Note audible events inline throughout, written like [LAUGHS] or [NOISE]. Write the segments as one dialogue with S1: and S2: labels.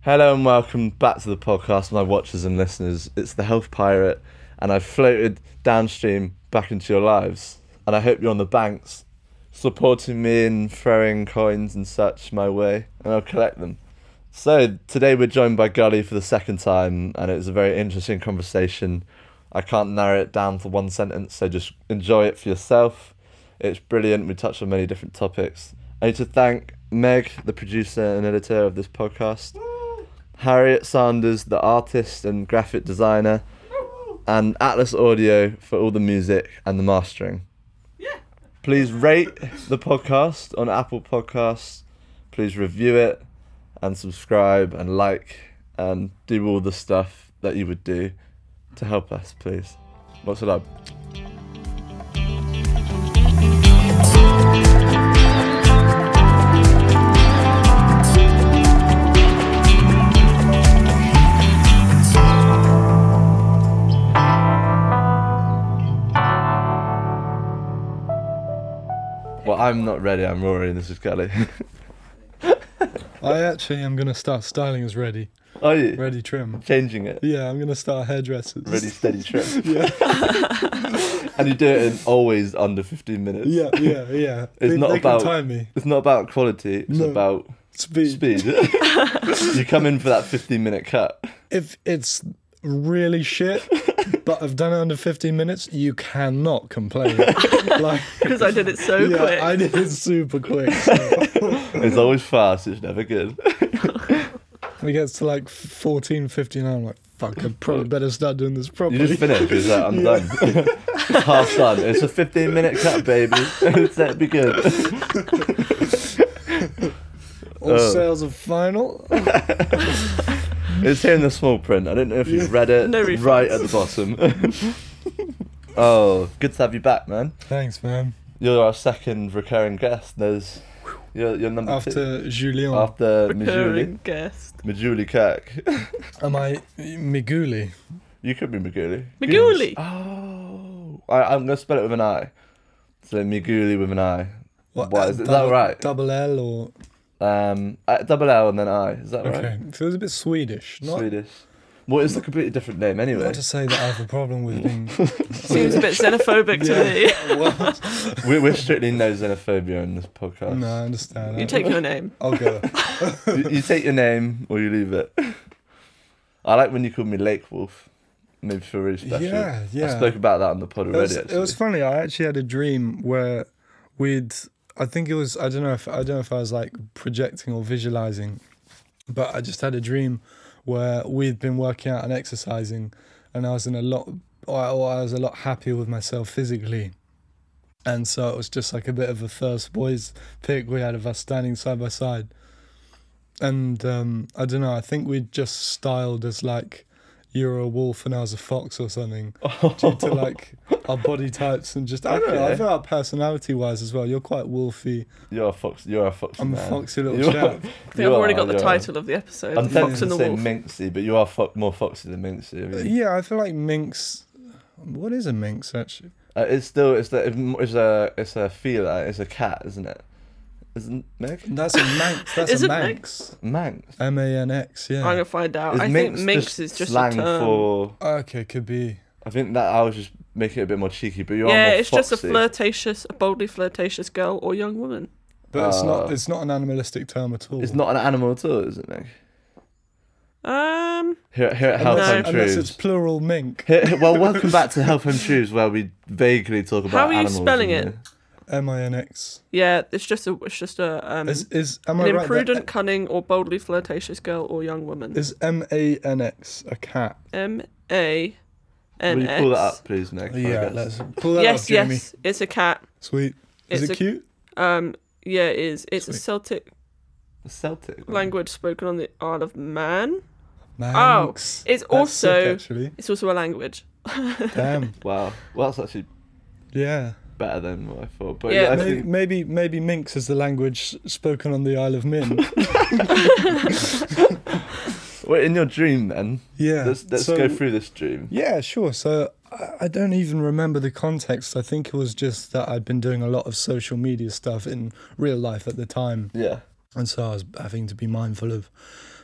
S1: Hello and welcome back to the podcast, my watchers and listeners. It's the Health Pirate, and I've floated downstream back into your lives. And I hope you're on the banks, supporting me in throwing coins and such my way, and I'll collect them. So today we're joined by Gully for the second time, and it was a very interesting conversation. I can't narrow it down to one sentence, so just enjoy it for yourself. It's brilliant. We touched on many different topics. I need to thank Meg, the producer and editor of this podcast. Harriet Sanders, the artist and graphic designer, and Atlas Audio for all the music and the mastering. Please rate the podcast on Apple Podcasts. Please review it and subscribe and like and do all the stuff that you would do to help us, please. Lots of love. Well, I'm not ready. I'm Rory, and this is Kelly. [LAUGHS]
S2: I actually am gonna start styling as ready,
S1: Are you
S2: ready trim.
S1: changing it?
S2: Yeah, I'm gonna start hairdressers.
S1: Really steady trip.
S2: [LAUGHS] Yeah,
S1: [LAUGHS] And you do it in always under 15 minutes.
S2: yeah, yeah, yeah.
S1: [LAUGHS] It's
S2: they,
S1: not
S2: they
S1: about-
S2: can time me.
S1: It's not about quality, it's
S2: No.
S1: about
S2: Speed.
S1: speed. [LAUGHS] you come in for that 15 minute cut.
S2: If it's
S1: [LAUGHS]
S2: really shit, but I've done it under 15 minutes, you
S1: [LAUGHS]
S2: cannot complain. [LAUGHS] like,
S3: because I did it so
S2: yeah,
S3: quick.
S2: I did it super
S1: [LAUGHS]
S2: quick. so.
S1: It's always fast, it's never good.
S2: it gets to like 14, 15, I'm like, fuck, I probably better start doing this
S1: You
S2: properly.
S1: just finish, it's like, I'm done. it's half done. It's a 15 minute cut, baby. it's that be good.
S2: All
S1: Oh.
S2: sales are final.
S1: It's here in the small print. I don't know if you've read it
S3: No refunds.
S1: right at the bottom. [LAUGHS] oh, good to have you back, man.
S2: Thanks, man.
S1: You're our second recurring guest. There's you're, you're number two
S2: After uh, Julian,
S1: after Majuli,
S3: Recurring
S1: [LAUGHS]
S3: guest.
S1: Majuli Kirk.
S2: am I Miguli?
S1: You could be Miguli.
S3: Maguli.
S1: Oh, I, I'm gonna spell it with an I. So Miguli with an I.
S2: What,
S1: Why
S2: uh,
S1: is it- is that
S2: double,
S1: right?
S2: Double L or
S1: Um, uh, double L and then I. Is that
S2: okay?
S1: right?
S2: Feels a bit Swedish. Not,
S1: Swedish. Well, it's a completely different name anyway.
S2: not to say that I have a
S1: [LAUGHS]
S2: problem with being.
S3: Seems a bit xenophobic to me.
S2: well,
S1: we're, we're strictly no xenophobia in this podcast.
S2: no, I understand.
S3: You take your name.
S1: [LAUGHS]
S2: I'll go.
S1: You, you take your name or you leave it. I like when you call me Lake Wolf. Maybe feel really special.
S2: yeah, yeah.
S1: I spoke about that on the pod
S2: it,
S1: already.
S2: was, it
S1: actually.
S2: was funny. I actually had a dream where we'd. I think it was. I don't know if I don't know if I was like projecting or visualizing, but I just had a dream where we'd been working out and exercising, and I was in a lot. Or I or I was a lot happier with myself physically. And so it was just like a bit of a first boys pick we had of us standing side by side. And um, I don't know, I think we just styled as like you're a wolf and I was a fox or something due
S1: [LAUGHS]
S2: to like our body types and just I don't know, I
S1: Okay.
S2: feel like personality wise as well. You're quite wolfy.
S1: You're a fox. You're a fox.
S2: I'm
S1: man.
S2: a foxy little
S1: You are-
S2: chap.
S3: I think I've already
S1: you
S3: got
S1: are,
S3: the
S1: you are.
S3: title of the episode.
S1: I'm
S3: the Fox
S1: tempted
S3: and
S1: to
S3: the
S1: say
S3: Wolf.
S1: Minxie, but you are fo- more foxy than Minxie. I mean.
S2: Yeah, I feel like minx what is a minx actually?
S1: Uh, it's still it's the it's a it's a feeler. It's a cat, isn't it? Isn't Meg?
S2: That's a manx. That's
S3: Is
S2: a
S3: it
S2: manx.
S1: Manx.
S2: M A N X,
S3: I'm
S2: yeah.
S3: gonna find out. Oh, I think minx is just
S1: slang
S3: a term.
S1: for.
S2: Okay, could be.
S1: I think that I was just making it a bit more cheeky, but you are
S3: yeah,
S1: more
S3: it's just a
S1: foxy.
S3: flirtatious, a boldly flirtatious girl or young woman.
S2: But it's
S1: Uh,
S2: not it's not an animalistic term at all.
S1: It's not an animal at all, is it, Meg?
S3: Um,
S1: Here, here at Health
S2: unless,
S1: Home
S2: unless it's
S1: Truths.
S2: plural mink.
S1: Here- here- well, welcome back
S2: [LAUGHS]
S1: to Health Home Truths, where we vaguely talk about
S3: How are you
S1: animals
S3: spelling
S1: and-
S3: it?
S2: M I N X.
S3: yeah, it's just a, it's just a um,
S2: Is is am
S3: an
S2: I right?
S3: imprudent,
S2: that-
S3: cunning, or boldly flirtatious girl or young woman.
S2: Is M A N X a cat?
S3: M A
S1: Will
S3: N
S1: you pull that
S3: X.
S1: up, please, Meg?
S2: Yeah,
S1: Focus.
S2: let's pull that up,
S3: Yes,
S2: Jamie.
S3: yes, it's a cat.
S2: Sweet. Is
S3: It's
S2: it
S3: a-
S2: cute?
S3: Um, yeah, it is. It's a
S2: Sweet.
S3: Celtic
S1: Celtic.
S3: language spoken on the Isle of Man.
S2: Manx.
S3: Oh, It's
S2: That's sick,
S3: also
S2: actually.
S3: it's also a language. [LAUGHS]
S2: Damn.
S1: Wow. Well, that's actually
S2: Yeah.
S1: better than what I thought. But
S3: Yeah.
S1: yeah, I
S2: Maybe,
S1: think
S2: maybe maybe Minx is the language spoken on the Isle
S1: [LAUGHS]
S2: of Min.
S1: well, in your dream, then
S2: Yeah.
S1: let's let's
S2: so-
S1: go through this dream.
S2: Yeah, sure. So I- I don't even remember the context. I think it was just that I'd been doing a lot of social media stuff in real life at the time.
S1: Yeah.
S2: And so I was having to be mindful of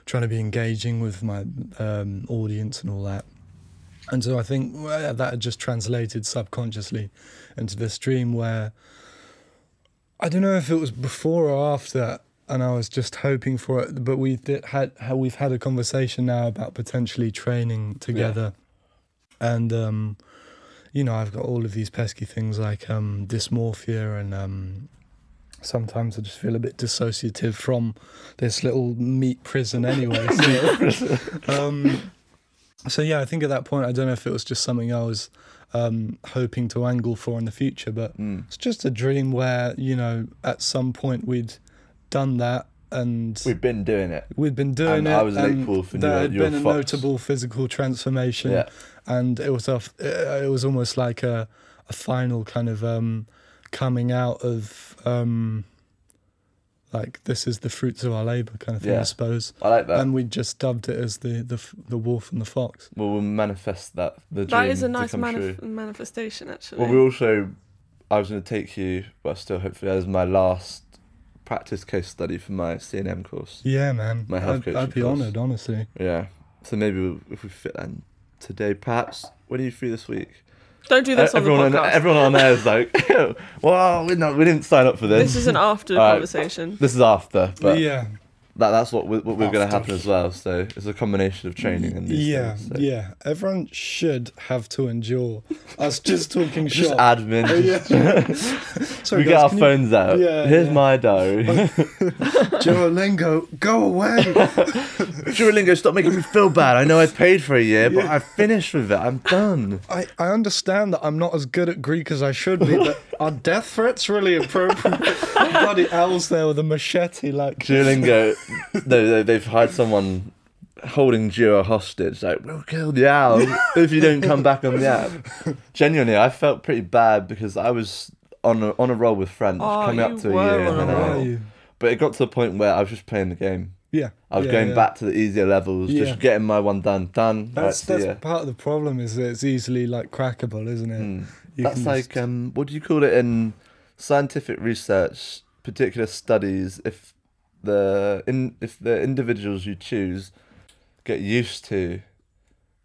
S2: trying to be engaging with my um, audience and all that. And so I think well, that had just translated subconsciously into this dream where I don't know if it was before or after, and I was just hoping for it. But we did had ha- we've had a conversation now about potentially training together, and um, you know I've got all of these pesky things like um, dysmorphia and um, sometimes I just feel a bit dissociative from this little meat prison anyway.
S1: [LAUGHS]
S2: So, um, so yeah, I think at that point, I don't know if it was just something I was um, hoping to angle for in the future, but
S1: Mm.
S2: it's just a dream where, you know, at some point we'd done that and
S1: We've been doing it.
S2: we'd been doing
S1: And
S2: it.
S1: I was
S2: and
S1: Lakewood and
S2: there
S1: you're-
S2: had
S1: you're
S2: been a
S1: Fox.
S2: notable physical transformation,
S1: Yeah.
S2: and it was a, f- uh, it was almost like a, a final kind of um, coming out of um, like this is the fruits of our labor kind of thing,
S1: Yeah.
S2: I suppose.
S1: I like that.
S2: and we just dubbed it as the the f- the wolf and the fox.
S1: well, we'll manifest that. The dream
S3: That is a
S1: to
S3: nice
S1: come true.
S3: manif- manifestation, actually.
S1: Well, we also, I was going to take you, but still, hopefully, as my last practice case study for my CNM course.
S2: Yeah, man.
S1: My health
S2: I'd,
S1: coaching
S2: I'd be
S1: course.
S2: honoured, honestly.
S1: Yeah. So maybe we'll, if we fit that in today, perhaps. What are you free this week?
S3: Don't do this
S1: E-
S3: on the
S1: everyone,
S3: podcast.
S1: on, everyone on there is like, [LAUGHS] "Well, we're not, we didn't sign up for this."
S3: This is an after
S1: Alright.
S3: conversation.
S1: This is after, but
S2: yeah,
S1: that, that's what we, what we're going to
S2: After.
S1: happen as well. So it's a combination of training and these
S2: yeah,
S1: things, so.
S2: yeah. Everyone should have to endure us just
S1: [LAUGHS]
S2: talking
S1: Just
S2: shop.
S1: admin.
S2: [LAUGHS] Oh,
S1: [LAUGHS]
S2: yeah.
S1: we
S2: Sorry,
S1: get our
S2: guys, can you-
S1: phones out.
S2: Yeah,
S1: Here's
S2: yeah.
S1: my
S2: [LAUGHS]
S1: diary.
S2: Duolingo, go
S1: [LAUGHS]
S2: away.
S1: Duolingo, stop making me feel bad. I know I paid for a year, but I finished with it. I'm done.
S2: I, I understand that I'm not as good at Greek as I should be,
S1: [LAUGHS]
S2: but our death threats really appropriate? Bloody owls there with a machete, like. [LAUGHS]
S1: Duolingo, no, no, they've hired someone holding Duo hostage. Like, we'll kill the owl
S2: [LAUGHS]
S1: if you don't come back on the app. Genuinely, I felt pretty bad because I was on a, on a roll with French
S3: Oh,
S1: coming
S3: you
S1: up to a
S3: were
S1: year. and
S3: on a
S1: an hour.
S3: roll.
S2: you?
S1: But it got to the point where I was just playing the game.
S2: Yeah.
S1: I was
S2: yeah,
S1: going
S2: yeah.
S1: back to the easier levels,
S2: Yeah.
S1: just getting my one done. Done.
S2: That's,
S1: right,
S2: that's
S1: see ya.
S2: part of the problem is that it's easily like crackable, isn't it?
S1: Mm.
S2: You
S1: That's
S2: can
S1: like
S2: just-
S1: um, what do you call it in scientific research, particular studies? If the in if the individuals you choose get used to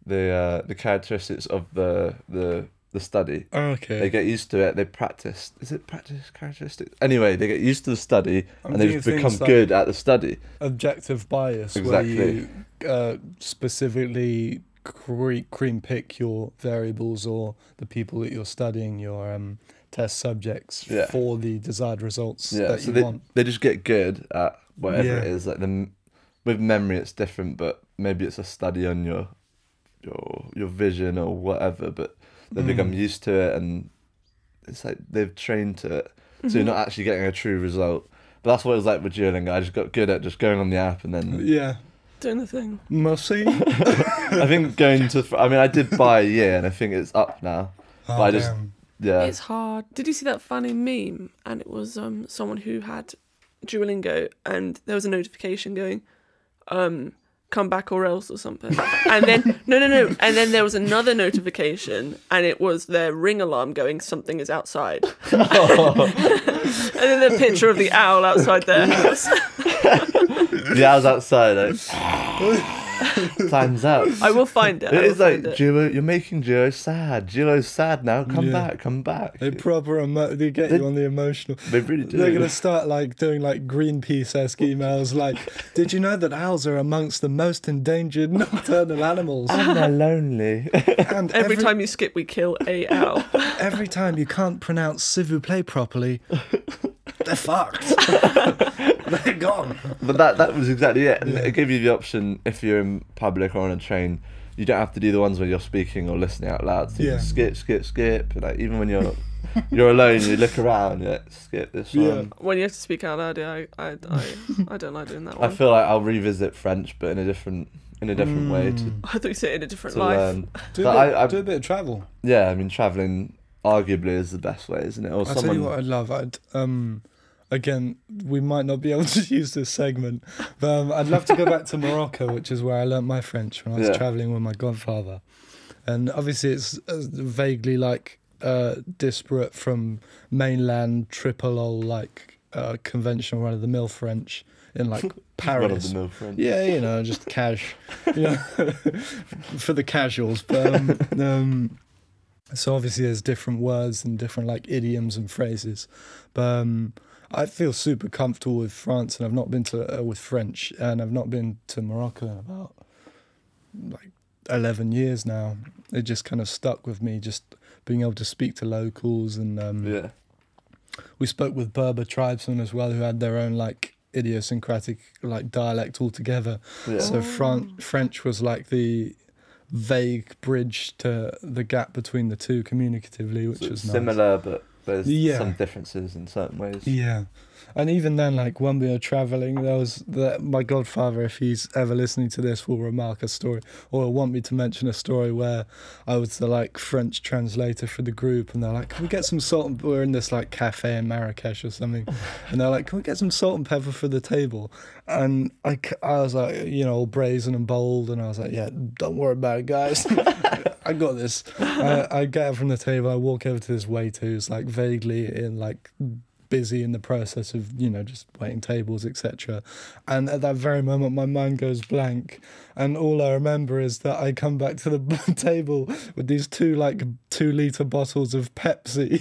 S1: the uh, the characteristics of the the the study,
S2: okay.
S1: they get used to it. They practice. Is it practice characteristics? Anyway, they get used to the study
S2: I'm
S1: and they
S2: thinking
S1: just become
S2: things like-
S1: good at the study.
S2: objective bias
S1: Exactly.
S2: where you uh, specifically cre- cream pick your variables or the people that you're studying your um, test subjects
S1: Yeah.
S2: for the desired results
S1: Yeah,
S2: that
S1: so
S2: you
S1: they,
S2: want.
S1: they just get good at whatever it
S2: Yeah.
S1: is. Like the m- with memory, it's different, but maybe it's a study on your your your vision or whatever. But they
S2: Mm.
S1: become used to it, and it's like they've trained to it, so
S2: Mm-hmm.
S1: you're not actually getting a true result. But that's what it was like with Duolingo. I just got good at just going on the app, and
S2: [LAUGHS]
S1: then
S2: Yeah,
S3: Doing the thing.
S1: [LAUGHS]
S2: mercy.
S1: I think going to. I mean, I did buy a year, and I think it's up now.
S2: Oh,
S1: I just-
S2: damn.
S1: Yeah,
S3: It's hard. Did you see that funny meme? And it was um someone who had Duolingo, and there was a notification going, um, come back or else or
S1: [LAUGHS]
S3: something. and then no, no, no. And then there was another notification, and it was their ring alarm going, something is
S1: [LAUGHS]
S3: outside. [LAUGHS] and then the picture of the owl
S1: [LAUGHS]
S3: outside their house.
S1: yeah, I was outside. Like, times up.
S3: I will find it. I
S1: It
S3: will
S1: is
S3: find
S1: like
S3: it.
S1: Jiro, you're making Jiro sad. Jiro's sad now. Come
S2: Yeah.
S1: back, come back.
S2: They proper emo- they get you on the emotional.
S1: They really do. [LAUGHS]
S2: They're gonna start like doing like Greenpeace esque emails. Like, did you know that owls are amongst the most endangered nocturnal animals?
S1: And they're lonely. [LAUGHS]
S2: And
S3: [LAUGHS] Every time you skip, we kill a owl. [LAUGHS]
S2: every time you can't pronounce Civu play properly, they're
S3: [LAUGHS]
S2: fucked. they're gone.
S1: but that that was exactly it. And It gave you the option if you're in public or on a train, you don't have to do the ones where you're speaking or listening out loud. So you
S2: Yeah.
S1: can skip, skip, skip. Like even when you're you're alone, you look around. You like, skip this
S2: Yeah.
S1: one.
S3: when you have to speak out loud, yeah, I, I, I, I don't like doing that
S1: I
S3: one.
S1: feel like I'll revisit French, but in a different in a different way
S2: Mm.
S1: to,
S3: I thought you said in a different
S1: to
S3: life.
S1: learn.
S2: Do a,
S1: But
S2: bit,
S1: I- I-
S2: do a bit of travel.
S1: Yeah, I mean traveling arguably is the best way, isn't it? Or
S2: I'll tell
S1: someone
S2: you what I'd love. I'd um, again, we might not be able [LAUGHS] to use this segment, but um, I'd love to go back to Morocco, which is where I learnt my French when I was
S1: Yeah.
S2: traveling with my godfather. And obviously, it's uh, vaguely like uh, disparate from mainland triple O like uh, conventional run of the mill French in
S1: [LAUGHS]
S2: like
S1: Run of the
S2: Paris.
S1: mill French.
S2: Yeah, you know, just cash, you know, [LAUGHS] for the casuals. But [LAUGHS] um, um, so obviously there's different words and different like idioms and phrases. But um, I feel super comfortable with France, and I've not been to uh, with French, and I've not been to Morocco in about like eleven years now. It just kind of stuck with me, just being able to speak to locals and um,
S1: Yeah.
S2: we spoke with Berber tribesmen as well, who had their own like idiosyncratic like dialect altogether.
S1: Yeah.
S2: So Fran- French was like the vague bridge to the gap between the two communicatively, which
S1: So
S2: was
S1: it's
S2: nice.
S1: similar, but there's
S2: Yeah.
S1: some differences in certain ways.
S2: Yeah. And even then, like when we were traveling, there was the, my godfather, if he's ever listening to this, will remark a story or want me to mention a story where I was the like French translator for the group. And they're like, can we get some salt? And we're in this like cafe in Marrakesh or something. And they're like, can we get some salt and pepper for the table? And I, c- I was like, you know, all brazen and bold. And I was like, yeah, don't worry about it, guys. [LAUGHS] I got this. I, I get up from the table. I walk over to this waiter who's like vaguely in like busy in the process of you know just waiting tables etc and at that very moment my mind goes blank and all i remember is that i come back to the [LAUGHS] table with these two like two liter bottles of pepsi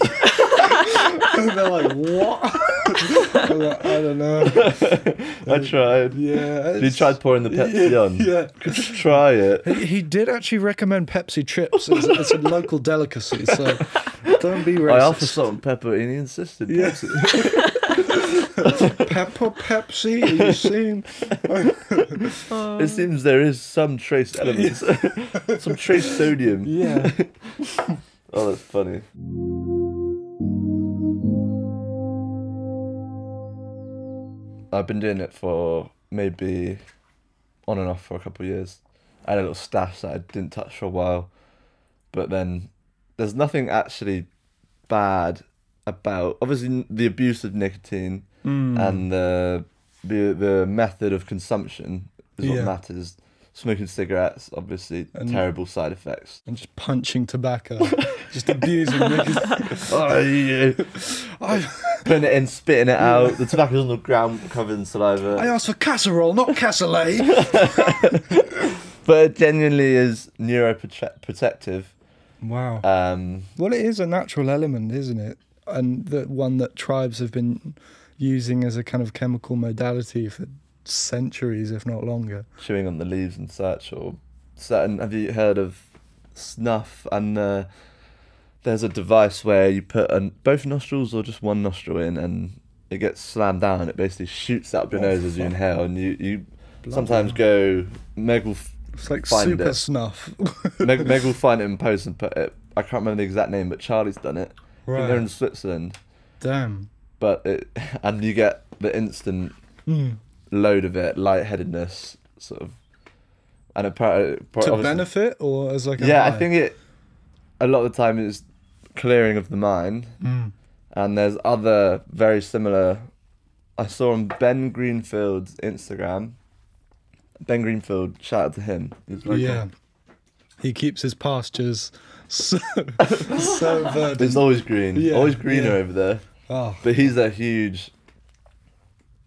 S2: [LAUGHS] and they're like what [LAUGHS] I'm like, i don't know
S1: I tried.
S2: yeah
S1: You tried pouring the Pepsi
S2: yeah,
S1: on.
S2: [LAUGHS] yeah
S1: Could you try it?
S2: he, he did actually recommend pepsi chips as, as a local delicacy so don't be racist
S1: I offered salt and pepper and he insisted.
S2: Yeah.
S1: Pepsi.
S2: pepper pepsi are you
S1: [LAUGHS]
S2: seeing
S1: It seems there is some trace elements, [LAUGHS] some trace sodium.
S2: [LAUGHS] yeah
S1: Oh, that's funny. I've been doing it for maybe on and off for a couple of years. I had a little stash that I didn't touch for a while, but then there's nothing actually bad about obviously n- the abuse of nicotine
S2: Hmm.
S1: and the the the method of consumption is
S2: Yeah.
S1: what matters. Smoking cigarettes, obviously,
S2: And-
S1: terrible side
S2: [LAUGHS]
S1: effects.
S2: and just punching tobacco, just abusing niggas.
S1: Oh, yeah.
S2: I,
S1: putting it in, spitting it out. The tobacco's on the ground, covered in saliva.
S2: I asked for casserole, not cassoulet.
S1: But it genuinely is neuroprotective.
S2: Wow.
S1: Um,
S2: Well, it is a natural element, isn't it? And the one that tribes have been using as a kind of chemical modality for centuries, if not longer.
S1: chewing on the leaves and such, or certain. Have you heard of snuff? And uh, there's a device where you put an, both nostrils or just one nostril in, and it gets slammed down, and it basically shoots up your
S2: Oh,
S1: nose as you
S2: fuck.
S1: inhale, and you you
S2: Bloody
S1: sometimes
S2: hell.
S1: go Meg will
S2: It's like
S1: Find
S2: super
S1: it.
S2: snuff.
S1: Meg, Meg will find it in post and put it. I can't remember the exact name, but Charlie's done it. I think They're in Switzerland.
S2: Damn.
S1: but it [LAUGHS] and you get the instant
S2: Mm.
S1: load of it, lightheadedness, sort of, and apparently
S2: To benefit or as like a
S1: yeah, I
S2: high?
S1: think it a lot of the time it's clearing of the mind,
S2: Mm.
S1: and there's other very similar. I saw on Ben Greenfield's Instagram. Ben Greenfield, shout out to him. He's very
S2: yeah.
S1: cool.
S2: He keeps his pastures [LAUGHS]
S1: [LAUGHS]
S2: so, so
S1: It's
S2: verdant.
S1: always green,
S2: Yeah,
S1: always greener
S2: yeah.
S1: over there.
S2: Oh,
S1: But he's a huge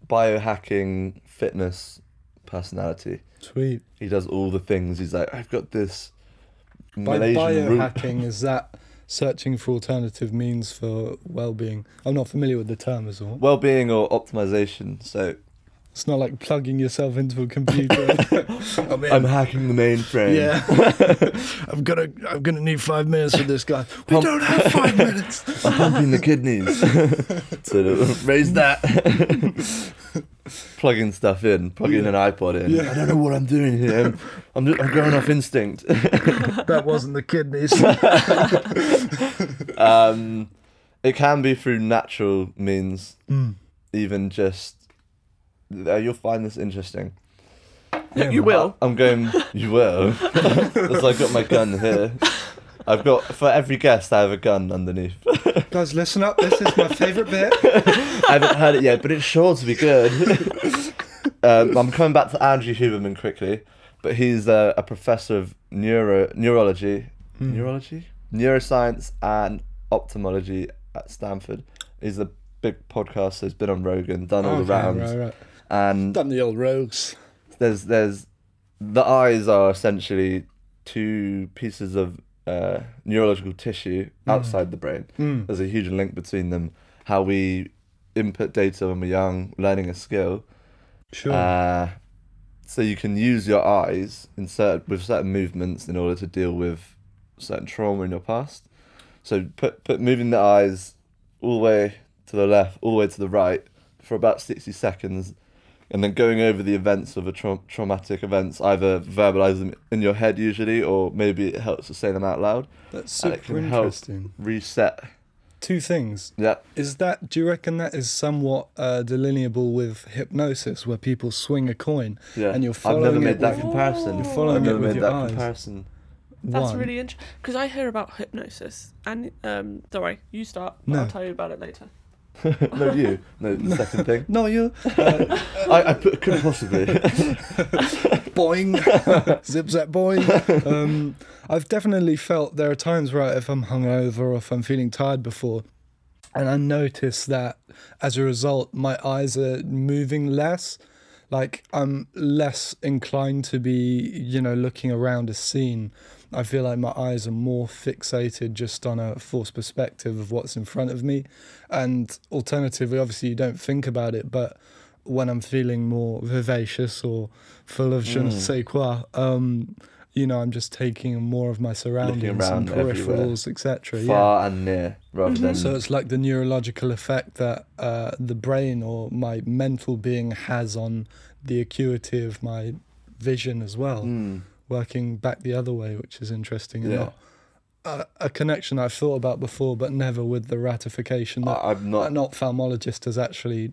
S1: biohacking fitness personality.
S2: sweet.
S1: he does all the things. He's like, I've got this
S2: By
S1: Malaysian root.
S2: biohacking, is that searching for alternative means for well-being? I'm not familiar with the term as well.
S1: Well-being or optimization. So
S2: It's not like plugging yourself into
S1: [LAUGHS]
S2: a computer. I'm in.
S1: I'm hacking the mainframe.
S2: yeah, [LAUGHS] I'm gonna I'm gonna need five minutes with this guy. We
S1: Pump-
S2: don't have five [LAUGHS] minutes.
S1: I'm pumping the
S2: [LAUGHS]
S1: kidneys to raise that. plugging stuff in, plugging an iPod in.
S2: Yeah.
S1: I don't know what I'm doing here. I'm, I'm, ju- I'm going off instinct.
S2: That wasn't the kidneys.
S1: um, it can be through natural means,
S2: Mm.
S1: even just. Uh, you'll find this interesting.
S2: Yeah,
S3: You
S2: man.
S3: will.
S1: I'm going. You will. [LAUGHS] Because I got my gun here. I've got for every guest. I have a gun underneath.
S2: [LAUGHS] Guys, listen up. This is my favorite bit.
S1: I haven't heard it yet, but it's sure to be good. [LAUGHS] um, I'm coming back to Andrew Huberman quickly, but he's uh, a, a professor of neuro neurology,
S2: Hmm.
S1: neurology, neuroscience, and ophthalmology at Stanford. He's a big podcaster. He's been on Rogan, done [LAUGHS] all the
S2: Okay,
S1: rounds.
S2: right, right.
S1: and
S2: Damn the old rogues.
S1: there's there's the eyes are essentially two pieces of uh, neurological tissue outside the brain.
S2: Hmm,
S1: There's a huge link between them. How we input data when we're young, learning a skill.
S2: Sure.
S1: Uh, so you can use your eyes in certain, with certain movements in order to deal with certain trauma in your past. So put put moving the eyes all the way to the left, all the way to the right for about sixty seconds, and then going over the events of a trau- traumatic events, either verbalize them in your head usually, or maybe it helps to say them out loud.
S2: That's
S1: and it
S2: super
S1: can help.
S2: interesting.
S1: Reset.
S2: Two things.
S1: Yeah.
S2: Is that do you reckon that is somewhat uh, delineable with hypnosis, where people swing a coin
S1: Yeah.
S2: and you're
S1: I've
S2: following
S1: never
S2: it
S1: made that
S2: with,
S1: comparison.
S3: You're
S2: following
S1: I've
S2: it
S1: never
S2: with
S1: made
S2: your
S1: that
S2: eyes.
S1: comparison. [LAUGHS]
S3: That's
S2: one.
S3: really interesting because I hear about hypnosis and um. Sorry, you start. but
S2: No.
S3: I'll tell you about it later.
S1: no, you. No, the
S2: [LAUGHS]
S1: second thing.
S2: No,
S3: [LAUGHS]
S2: you
S1: I, I put, couldn't possibly. [LAUGHS]
S2: boing, zip zap boing. Um, I've definitely felt there are times where if I'm hungover or if I'm feeling tired before, and I notice that as a result, my eyes are moving less. Like I'm less inclined to be, you know, looking around a scene. I feel like my eyes are more fixated just on a forced perspective of what's in front of me. And alternatively, obviously, you don't think about it, but when I'm feeling more vivacious or full of je ne
S1: Mm.
S2: sais quoi, um, you know, I'm just taking in more of my surroundings and
S1: around everywhere.
S2: peripherals, etc. Yeah.
S1: far and near rather than
S2: So it's like the neurological effect that uh, the brain or my mental being has on the acuity of my vision as well, working back the other way, which is interesting. and
S1: Yeah.
S2: not a, a connection I've thought about before, but never with the ratification that
S1: I, I'm not
S2: an ophthalmologist has actually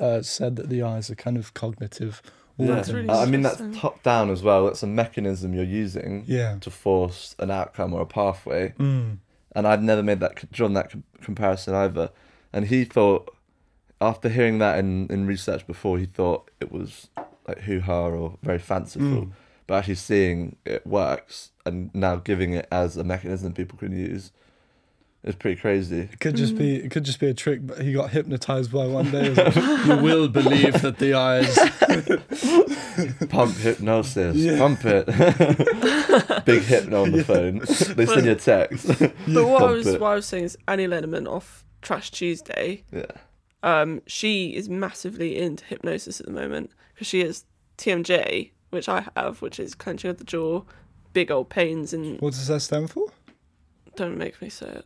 S2: uh, said that the eyes are kind of cognitive.
S1: yeah.
S3: That's really
S2: Ah.
S1: I I mean that's
S3: interesting.
S1: top down as well that's a mechanism you're using
S2: Yeah.
S1: to force an outcome or a pathway and I've never made that drawn that com- comparison either and he thought after hearing that in, in research before he thought it was like hoo-ha or very fanciful but actually seeing it works and now giving it as a mechanism people can use is pretty crazy
S2: It could just be
S3: Mm.
S2: it could just be a trick, but he got hypnotized by one [LAUGHS] day. It was like, you will believe that the eyes
S1: Pump hypnosis.
S2: Yeah.
S1: Pump it. [LAUGHS] Big hypno on the phone. They send you a text.
S3: But what I
S1: Pump
S3: was
S1: it.
S3: what I was saying is Annie Lenneman off Trash Tuesday.
S1: Yeah.
S3: Um, she is massively into hypnosis at the moment because she has TMJ, which I have, which is clenching of the jaw, big old pains, and
S2: What does that stand for?
S3: don't make me say it.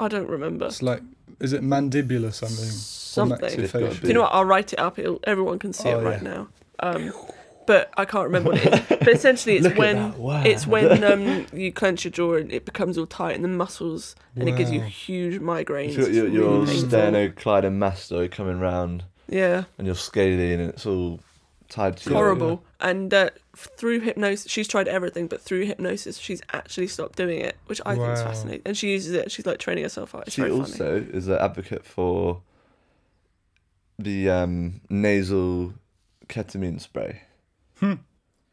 S3: I don't remember.
S2: It's like, is it mandibular something?
S3: Something.
S1: It's gotta
S2: Maxillofacial?
S3: Do you know what? I'll write it up. It'll, everyone can see
S2: Oh,
S3: it right
S2: yeah.
S3: now. Um, but I can't remember what it is. But
S2: [LAUGHS]
S3: essentially, it's
S1: Look at
S3: when
S1: that word.
S3: it's when um, you clench your jaw and it becomes all tight in the muscles, and it gives you
S2: Wow.
S3: huge migraines.
S1: You've got
S3: It's
S1: your, your
S3: really painful.
S1: sternocleidomastoid coming round
S3: Yeah.
S1: and your scaly and it's all tied to your...
S3: horrible. And uh, through hypnosis, she's tried everything, but through hypnosis, she's actually stopped doing it, which I think is
S2: Wow.
S3: fascinating. And she uses it. She's like training herself out. It's
S1: She
S3: very funny.
S1: also is an advocate for the um, nasal ketamine spray.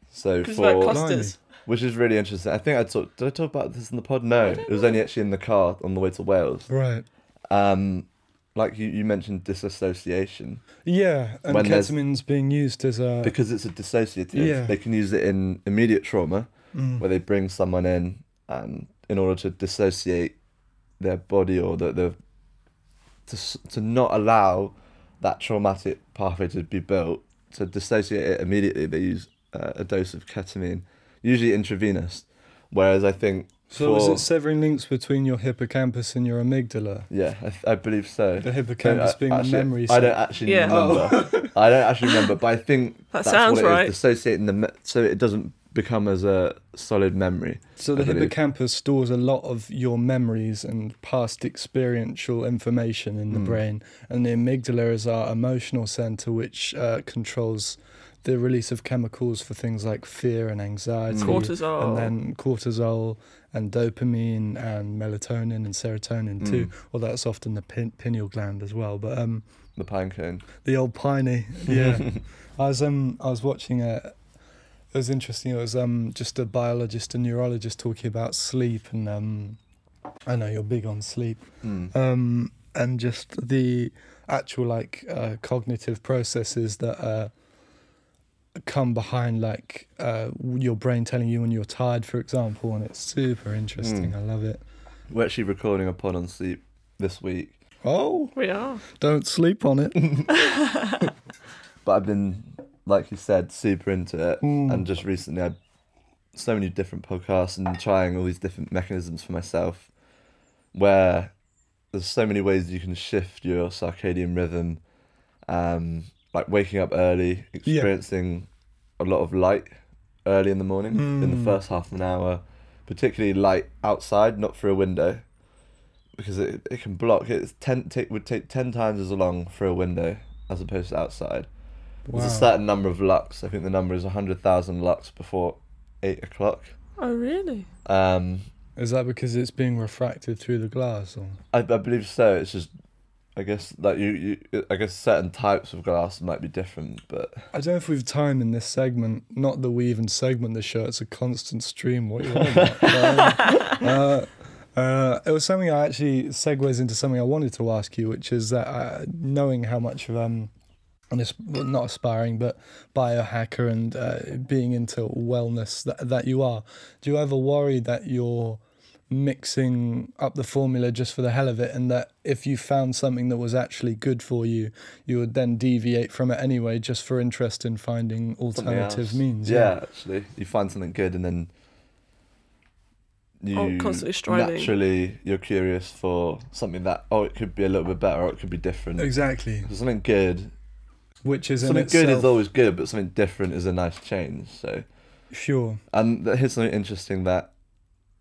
S1: So
S3: It's like
S1: for...
S2: cost-
S3: Costas.
S1: Which is really interesting. I think I talked... Did I talk about this in the pod? No. It was only actually in the car on the way to Wales.
S2: Right.
S1: um like you, you mentioned disassociation
S2: Yeah, and
S1: When there's-
S2: ketamine's being used as a.
S1: because it's a dissociative
S2: Yeah. Mm.
S1: they can use it in immediate trauma where they bring someone in and in order to dissociate their body or the, the to, s- to not allow that traumatic pathway to be built to dissociate it immediately they use uh, a dose of ketamine usually intravenous whereas i think
S2: so is
S1: for-
S2: it severing links between your hippocampus and your amygdala?
S1: yeah i, th- I believe so
S2: The
S1: Don't-
S2: hippocampus
S1: I-
S2: being
S1: actually-
S2: the memory.
S1: I
S2: cen-
S1: don't actually
S3: Yeah. Oh.
S1: remember. I don't actually remember, but I think
S3: [LAUGHS] That
S1: that's
S3: sounds
S1: what it is,
S3: right.
S1: Dissociating the me- so it doesn't become as a solid memory.
S2: So the
S1: I believe.
S2: hippocampus stores a lot of your memories and past experiential information in the
S1: Hmm.
S2: brain, and the amygdala is our emotional center, which uh, controls the release of chemicals for things like fear and anxiety,
S3: Cortisol.
S2: and then cortisol and dopamine and melatonin and serotonin too. Well, that's often the pin- pineal gland as well, but um,
S1: The pine cone.
S2: the old piney.
S1: [LAUGHS]
S2: Yeah, I was um I was watching a. It was interesting. It was um just a biologist and
S1: Hmm.
S2: neurologist talking about sleep and um, I know you're big on sleep. Um, and just the actual like uh, cognitive processes that uh, come behind like uh, your brain telling you when you're tired, for example, and it's super interesting. I love it.
S1: We're actually recording a pod on sleep this week,
S2: Oh,
S3: We are.
S2: don't sleep on it.
S1: but I've been, like you said, super into it. And just recently, I so many different podcasts and trying all these different mechanisms for myself, where there's so many ways you can shift your circadian rhythm, um, like waking up early, experiencing a lot of light early in the morning, in the first half of an hour, particularly light outside, not through a window. because it, it can block it's ten t- would take ten times as long for a window as opposed to outside. There's a
S2: Wow.
S1: certain number of lux. I think the number is hundred thousand lux before eight o'clock.
S3: Oh, really?
S1: Um,
S2: Is that because it's being refracted through the glass? Or?
S1: I, I believe so. It's just, I guess that you, you, I guess certain types of glass might be different, but
S2: I don't know if we've time in this segment. Not that we even segment the show; it's a constant stream. What you want? About? But, um, uh, uh, it was something I actually segues into something I wanted to ask you, which is that uh, knowing how much of um, and this not aspiring but biohacker and uh, being into wellness that that you are, do you ever worry that you're mixing up the formula just for the hell of it and that if you found something that was actually good for you you would then deviate from it anyway just for interest in finding
S1: something
S2: alternative
S1: else.
S2: means
S1: Yeah, actually, you find something good and then. You
S3: Oh, constantly striving.
S1: naturally you're curious for something that oh it could be a little bit better or it could be different.
S2: exactly
S1: So something good
S2: which is in
S1: something good
S2: itself-
S1: is always good, but something different is a nice change. So,
S2: sure
S1: and th- here's something interesting that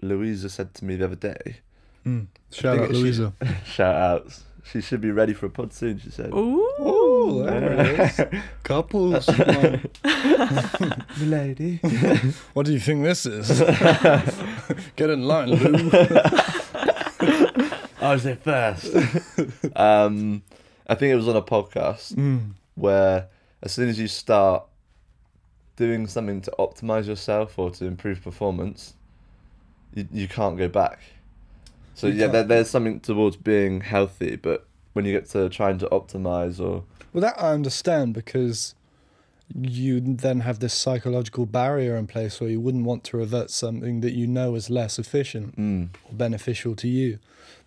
S1: Louisa said to me the other day.
S2: Mm. shout
S1: think
S2: out
S1: it should-
S2: louisa
S1: [LAUGHS] Shout outs. Oh, She should be ready for a pod soon. She said.
S3: Ooh.
S2: Ooh, there it is. [LAUGHS] couples one.
S1: lady.
S2: [LAUGHS] what do you think this is get in line lou
S1: I was there first. [LAUGHS] um, I think it was on a podcast
S2: Mm.
S1: where as soon as you start doing something to optimize yourself or to improve performance, you, you can't go back. So
S2: You
S1: yeah,
S2: can't.
S1: there, there's something towards being healthy, but when you get to trying to optimize or
S2: Well, that I understand because you then have this psychological barrier in place where you wouldn't want to revert something that you know is less efficient or beneficial to you.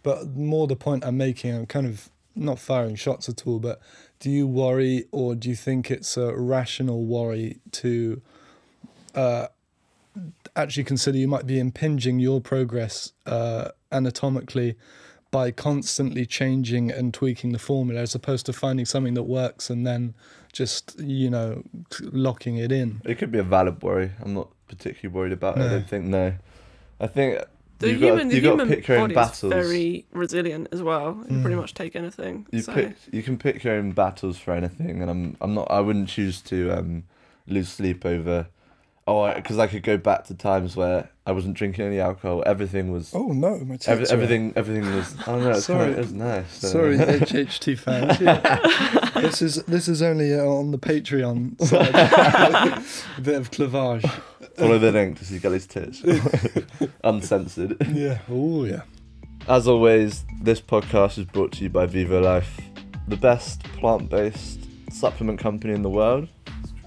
S2: But more the point I'm making, I'm kind of not firing shots at all, but do you worry or do you think it's a rational worry to uh, actually consider you might be impinging your progress uh, anatomically? by constantly changing and tweaking the formula as opposed to finding something that works and then just you know locking it in
S1: it could be a valid worry. I'm not particularly worried about it. I
S2: No.
S1: don't think no. I think
S3: The
S1: you've
S3: human,
S1: got you've got to
S3: the human
S1: pick your own
S3: body
S1: battles.
S3: is very resilient as well. You can pretty
S2: Mm.
S3: much take anything.
S1: You
S3: so.
S1: pick. You can pick your own battles for anything, and I'm. I'm not. I wouldn't choose to um, lose sleep over. Oh, because I could go back to times where I wasn't drinking any alcohol. Everything was.
S2: oh no my
S1: every, everything. Everything was. I don't know. It's
S2: Sorry.
S1: Kind of, it was nice. so- [LAUGHS]
S2: [LAUGHS] sorry hht fans Yeah. this is this is only uh, on the patreon
S1: [LAUGHS]
S2: side. [LAUGHS] a bit of clavage
S1: Follow the link to see Gully's
S2: [LAUGHS]
S1: tits. [LAUGHS] Uncensored.
S2: yeah oh yeah
S1: As always, this podcast is brought to you by Vivo Life, the best plant based supplement company in the world,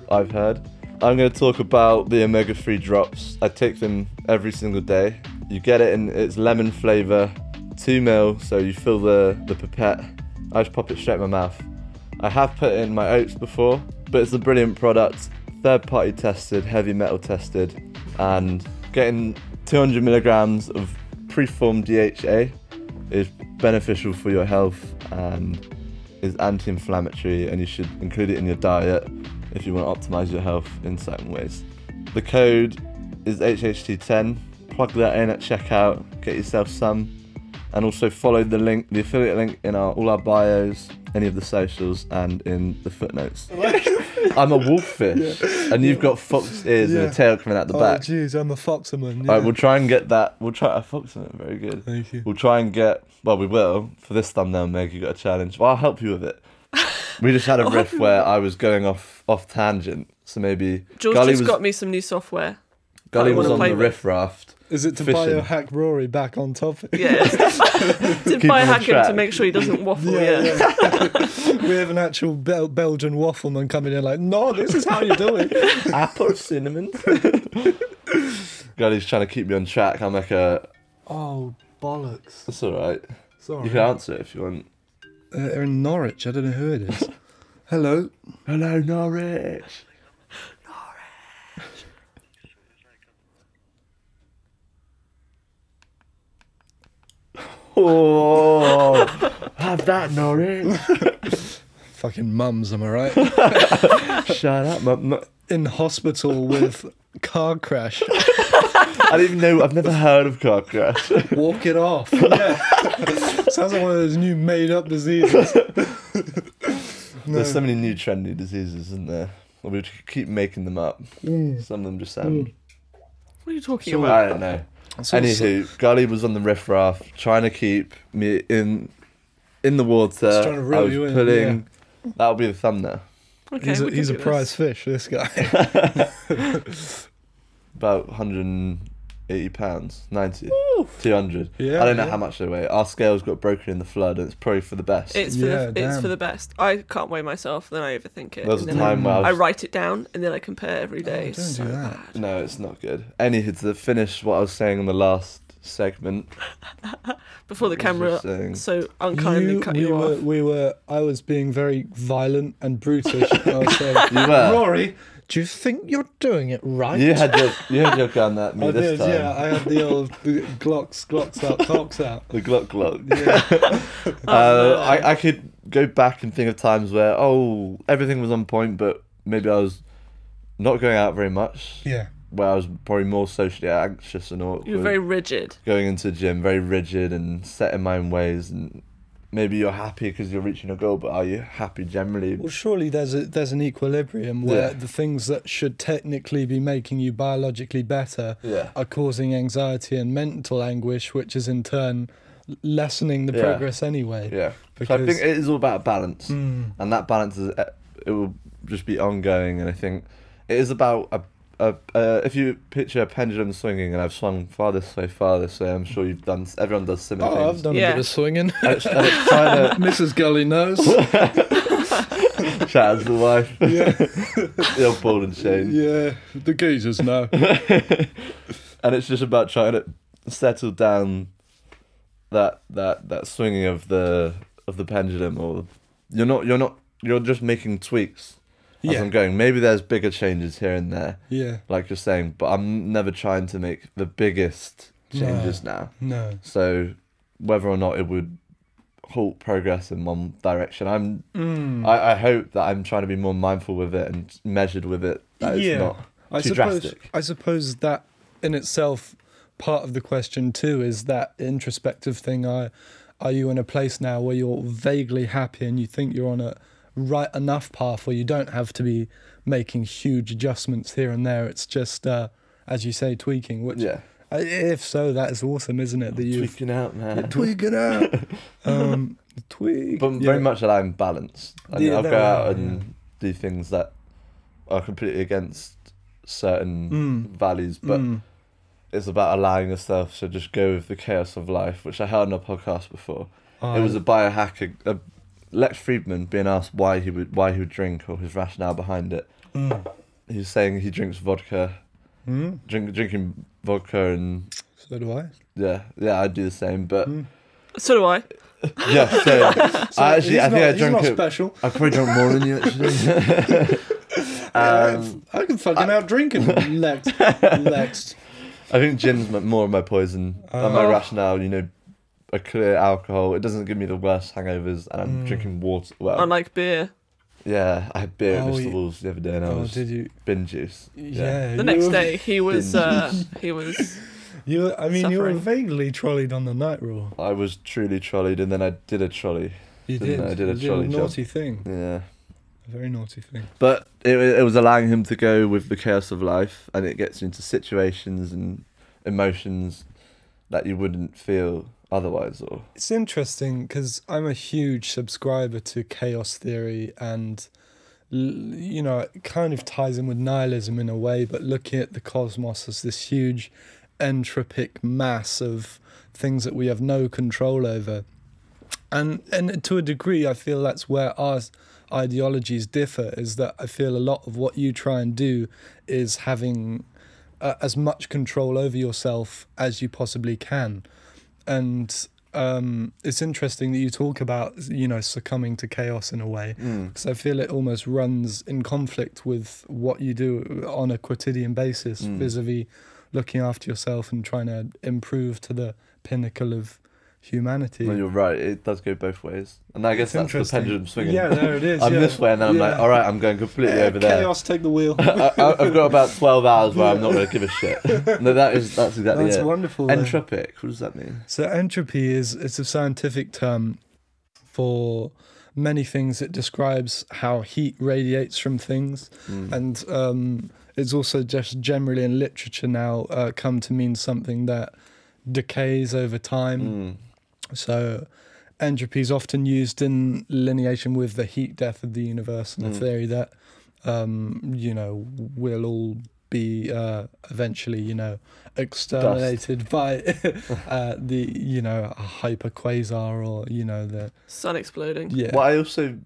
S1: I've heard. I'm going to talk about the omega 3 drops. I take them every single day. You get it in its lemon flavour, 2 mil, so you fill the, the pipette. I just pop it straight in my mouth. I have put it in my oats before, but it's a brilliant product, third party tested, heavy metal tested, and getting 200 milligrams of preformed DHA is beneficial for your health and is anti-inflammatory and you should include it in your diet if you want to optimize your health in certain ways. The code is HHT10. Plug that in at checkout, get yourself some and also follow the link, the affiliate link in our all our bios, any of the socials, and in the
S2: [LAUGHS]
S1: footnotes. I'm a wolffish, and you've got fox ears and
S2: Yeah.
S1: a tail coming out the
S2: oh
S1: back.
S2: jeez i'm a foxman yeah.
S1: All right, we'll try and get that. We'll try. I foxed it. Very good.
S2: thank you
S1: We'll try and get. Well, we will for this thumbnail, Meg. You got a challenge. Well, I'll help you with
S3: [LAUGHS]
S1: it. We just had a riff where I was going off off tangent, so maybe
S3: George
S1: Gully
S3: just
S1: was [LAUGHS]
S3: got me some new software.
S1: Gully
S3: I
S1: was
S3: wanna
S1: on
S3: play
S1: the
S3: with.
S1: riff
S3: [LAUGHS]
S1: raft.
S2: Is it to
S1: Fishing.
S2: biohack Rory back on topic?
S3: Yeah, [LAUGHS] to
S1: him on
S3: biohack him to
S1: track.
S3: make sure he doesn't waffle.
S2: [LAUGHS] Yeah,
S3: Yeah,
S2: yeah. [LAUGHS] we have an actual Bel- Belgian waffleman coming in like, no, this is how you do it.
S1: Apple cinnamon. [LAUGHS] Gully's trying to keep me on track. I'll make a.
S2: oh, bollocks.
S1: That's alright.
S2: Sorry.
S1: You can answer it if you want.
S2: Uh, they're in Norwich. I don't know who it is. [LAUGHS] Hello.
S1: Hello, Norwich. Norwich. Oh, [LAUGHS] have that, Norwich.
S2: [LAUGHS] Fucking mums, am I right?
S1: Shut up. mu- mu-
S2: in hospital with car crash.
S1: I don't even know. I've never heard of car crash.
S2: Walk it off. [LAUGHS] Yeah. Sounds like one of those new made up
S1: [LAUGHS]
S2: diseases.
S1: There's so many new trendy diseases, isn't there? Well, we keep making them up.
S2: Mm.
S1: Some of them just sound.
S3: What are you talking
S1: So,
S3: about?
S1: I don't know.
S2: So-
S1: Anywho, Gully was on the riffraff trying to keep me in in the water.
S2: Just trying to reel
S1: I was
S2: you in,
S1: pulling. That'll be the
S2: [LAUGHS]
S1: thumbnail.
S3: Okay,
S2: he's a,
S3: we can
S2: he's a
S3: do this.
S2: prize fish, this guy.
S1: About 180 pounds, 90, 200.
S2: Yeah,
S1: I don't know
S2: yeah.
S1: how much they weigh. Our scales got broken in the flood, and it's probably for the best.
S3: It's for
S2: Yeah,
S3: the, it's for
S2: damn.
S3: the best. I can't weigh myself, then I overthink
S1: there
S3: it.
S1: was a
S3: and then I-
S1: time where I was
S3: I write it down and then I compare every day.
S2: Oh, don't do
S3: so
S2: that.
S3: bad.
S1: No, it's not good. Anywho, to finish what I was saying in the last segment.
S3: Before the
S1: What was I
S3: camera
S1: saying?
S3: so unkindly
S2: You-
S3: cut
S2: we
S3: you
S2: were,
S3: off.
S2: we were. I was being very violent
S1: [LAUGHS]
S2: and brutish. and I was saying,
S1: You were.
S2: Rory, do you think you're doing it right?
S1: You had
S2: [LAUGHS]
S1: your you had your gun at me
S2: I
S1: this
S2: did,
S1: time.
S2: yeah. I had the old
S1: [LAUGHS]
S2: the Glocks, Glocks out, Glocks out.
S1: The Glock Glock.
S2: Yeah.
S1: [LAUGHS]
S2: Oh,
S1: Uh, I, I could go back and think of times where oh everything was on point, but maybe I was not going out very much.
S2: yeah.
S1: Where I was probably more socially anxious and awkward.
S3: You were very rigid.
S1: going into the gym, very rigid and set in my own ways, and maybe you're happy because you're reaching a goal, but are you happy generally?
S2: Well, surely there's a, there's an equilibrium where
S1: Yeah.
S2: the things that should technically be making you biologically better
S1: Yeah.
S2: are causing anxiety and mental anguish, which is in turn lessening the
S1: Yeah.
S2: progress anyway.
S1: Yeah. So I
S2: Because- Hmm.
S1: think it is all about balance, and that balance is uh, it will just be ongoing, and I think it is about a. A, uh, if you picture a pendulum swinging, and I've swung far this way, far this way, I'm sure you've done. Everyone does similar
S2: Oh,
S1: things.
S2: I've done a
S3: Yeah.
S2: bit of swinging.
S1: And it's, and it's
S2: [LAUGHS]
S1: trying
S2: Mrs. Gully knows.
S1: to shout out to the
S2: [LAUGHS]
S1: wife. Yeah. [LAUGHS] the old ball and chain.
S2: yeah, the geezers know.
S1: [LAUGHS] and it's just about trying to settle down that that that swinging of the of the pendulum or you're not you're not you're just making tweaks as
S2: Yeah.
S1: I'm going maybe there's bigger changes here and there
S2: Yeah,
S1: like you're saying but I'm never trying to make the biggest changes now
S2: no.
S1: so whether or not it would halt progress in one direction I'm
S2: Mm.
S1: I, I hope that I'm trying to be more mindful with it and measured with it that it's not
S2: I
S1: too
S2: suppose,
S1: drastic.
S2: I suppose that in itself, part of the question too is that introspective thing. Are are you in a place now where you're vaguely happy and you think you're on a right enough path where you don't have to be making huge adjustments here and there? It's just, uh, as you say, tweaking. Which,
S1: yeah
S2: I- if so, that is awesome, isn't it? That you
S1: tweaking out man
S2: [LAUGHS] tweak it out,
S1: [LAUGHS]
S2: um, tweak.
S1: but
S2: yeah.
S1: very much that I'm balanced. I mean,
S2: Yeah,
S1: I'll
S2: no,
S1: go out
S2: yeah,
S1: and do things that are completely against certain
S2: Mm.
S1: values, but it's about allowing yourself to just go with the chaos of life, which I heard on a podcast before.
S2: Oh,
S1: it was a biohacker, a, Lex Friedman, being asked why he would why he would drink or his rationale behind it. He was saying he drinks vodka,
S2: Mm,
S1: drink drinking vodka, and
S2: so do I.
S1: yeah, yeah, I do the same, but
S3: So do I.
S1: yeah, so,
S2: Mm. [LAUGHS] So
S1: I actually
S2: he's
S1: I think
S2: not-
S1: I
S2: he's
S1: drank
S2: not
S1: it.
S2: special.
S1: I probably drank more than you
S2: [LAUGHS]
S1: actually. um,
S2: I can fucking out drink him, Lex.
S1: [LAUGHS]
S2: Lex.
S1: I think gin's my, more of my poison. and my
S3: Oh.
S1: rationale, you know, a clear alcohol. It doesn't give me the worst hangovers, and
S2: Mm.
S1: I'm drinking water. Well,
S3: Unlike beer.
S1: yeah, I had beer at
S2: Oh,
S1: Mr.
S2: you-
S1: Wolves the other day, and I
S2: Oh,
S1: was
S2: did you?
S1: bin juice.
S2: Yeah.
S3: The
S2: you
S3: next
S2: were-
S3: day
S1: [LAUGHS]
S3: he was
S1: Didn't.
S3: uh, he was
S2: You, were- I mean, you were
S3: Suffering.
S2: vaguely trolleyed on the night rule.
S1: I was truly trolleyed, and then I did a trolley.
S2: You
S1: Didn't
S2: did.
S1: I? I did a
S2: you did
S1: trolley
S2: a
S1: job.
S2: naughty thing.
S1: Yeah,
S2: A very naughty thing.
S1: but it wa- it was allowing him to go with the chaos of life, and it gets you into situations and emotions that you wouldn't feel otherwise, or
S2: It's interesting because I'm a huge subscriber to chaos theory and l- you know, it kind of ties in with nihilism in a way, but looking at the cosmos as this huge entropic mass of things that we have no control over. And and to a degree, I feel that's where our s- ideologies differ. Is that I feel a lot of what you try and do is having uh, as much control over yourself as you possibly can, and um, it's interesting that you talk about you know succumbing to chaos in a way because I feel it almost runs in conflict with what you do on a quotidian basis
S1: Hmm.
S2: vis-a-vis looking after yourself and trying to improve to the pinnacle of humanity.
S1: No, you're right. It does go both ways, and I guess that's
S2: It's
S1: the
S2: interesting.
S1: pendulum swinging.
S2: Yeah,
S1: [LAUGHS]
S2: there it is,
S1: I'm
S2: yeah.
S1: this way, and then I'm like,
S2: Yeah.
S1: all right, I'm going completely over there.
S2: Chaos, take the wheel.
S1: [LAUGHS] I, I- I've got about twelve hours where I'm not going to give a
S2: [LAUGHS]
S1: shit. No, that is that's exactly
S2: That's
S1: it.
S2: wonderful. though.
S1: Entropic. What does that mean?
S2: So entropy is it's a scientific term for many things. It describes how heat radiates from things,
S1: Hmm.
S2: and um, it's also just generally in literature now uh, come to mean something that decays over
S1: Mm. Hmm.
S2: time. So entropy is often used in lineation with the heat death of the universe
S1: Mm.
S2: and the theory that um, you know we'll all be uh, eventually you know exterminated by [LAUGHS]
S1: [LAUGHS]
S2: uh, the you know a hyper quasar or you know the
S3: Sun exploding.
S2: yeah
S1: Well, I also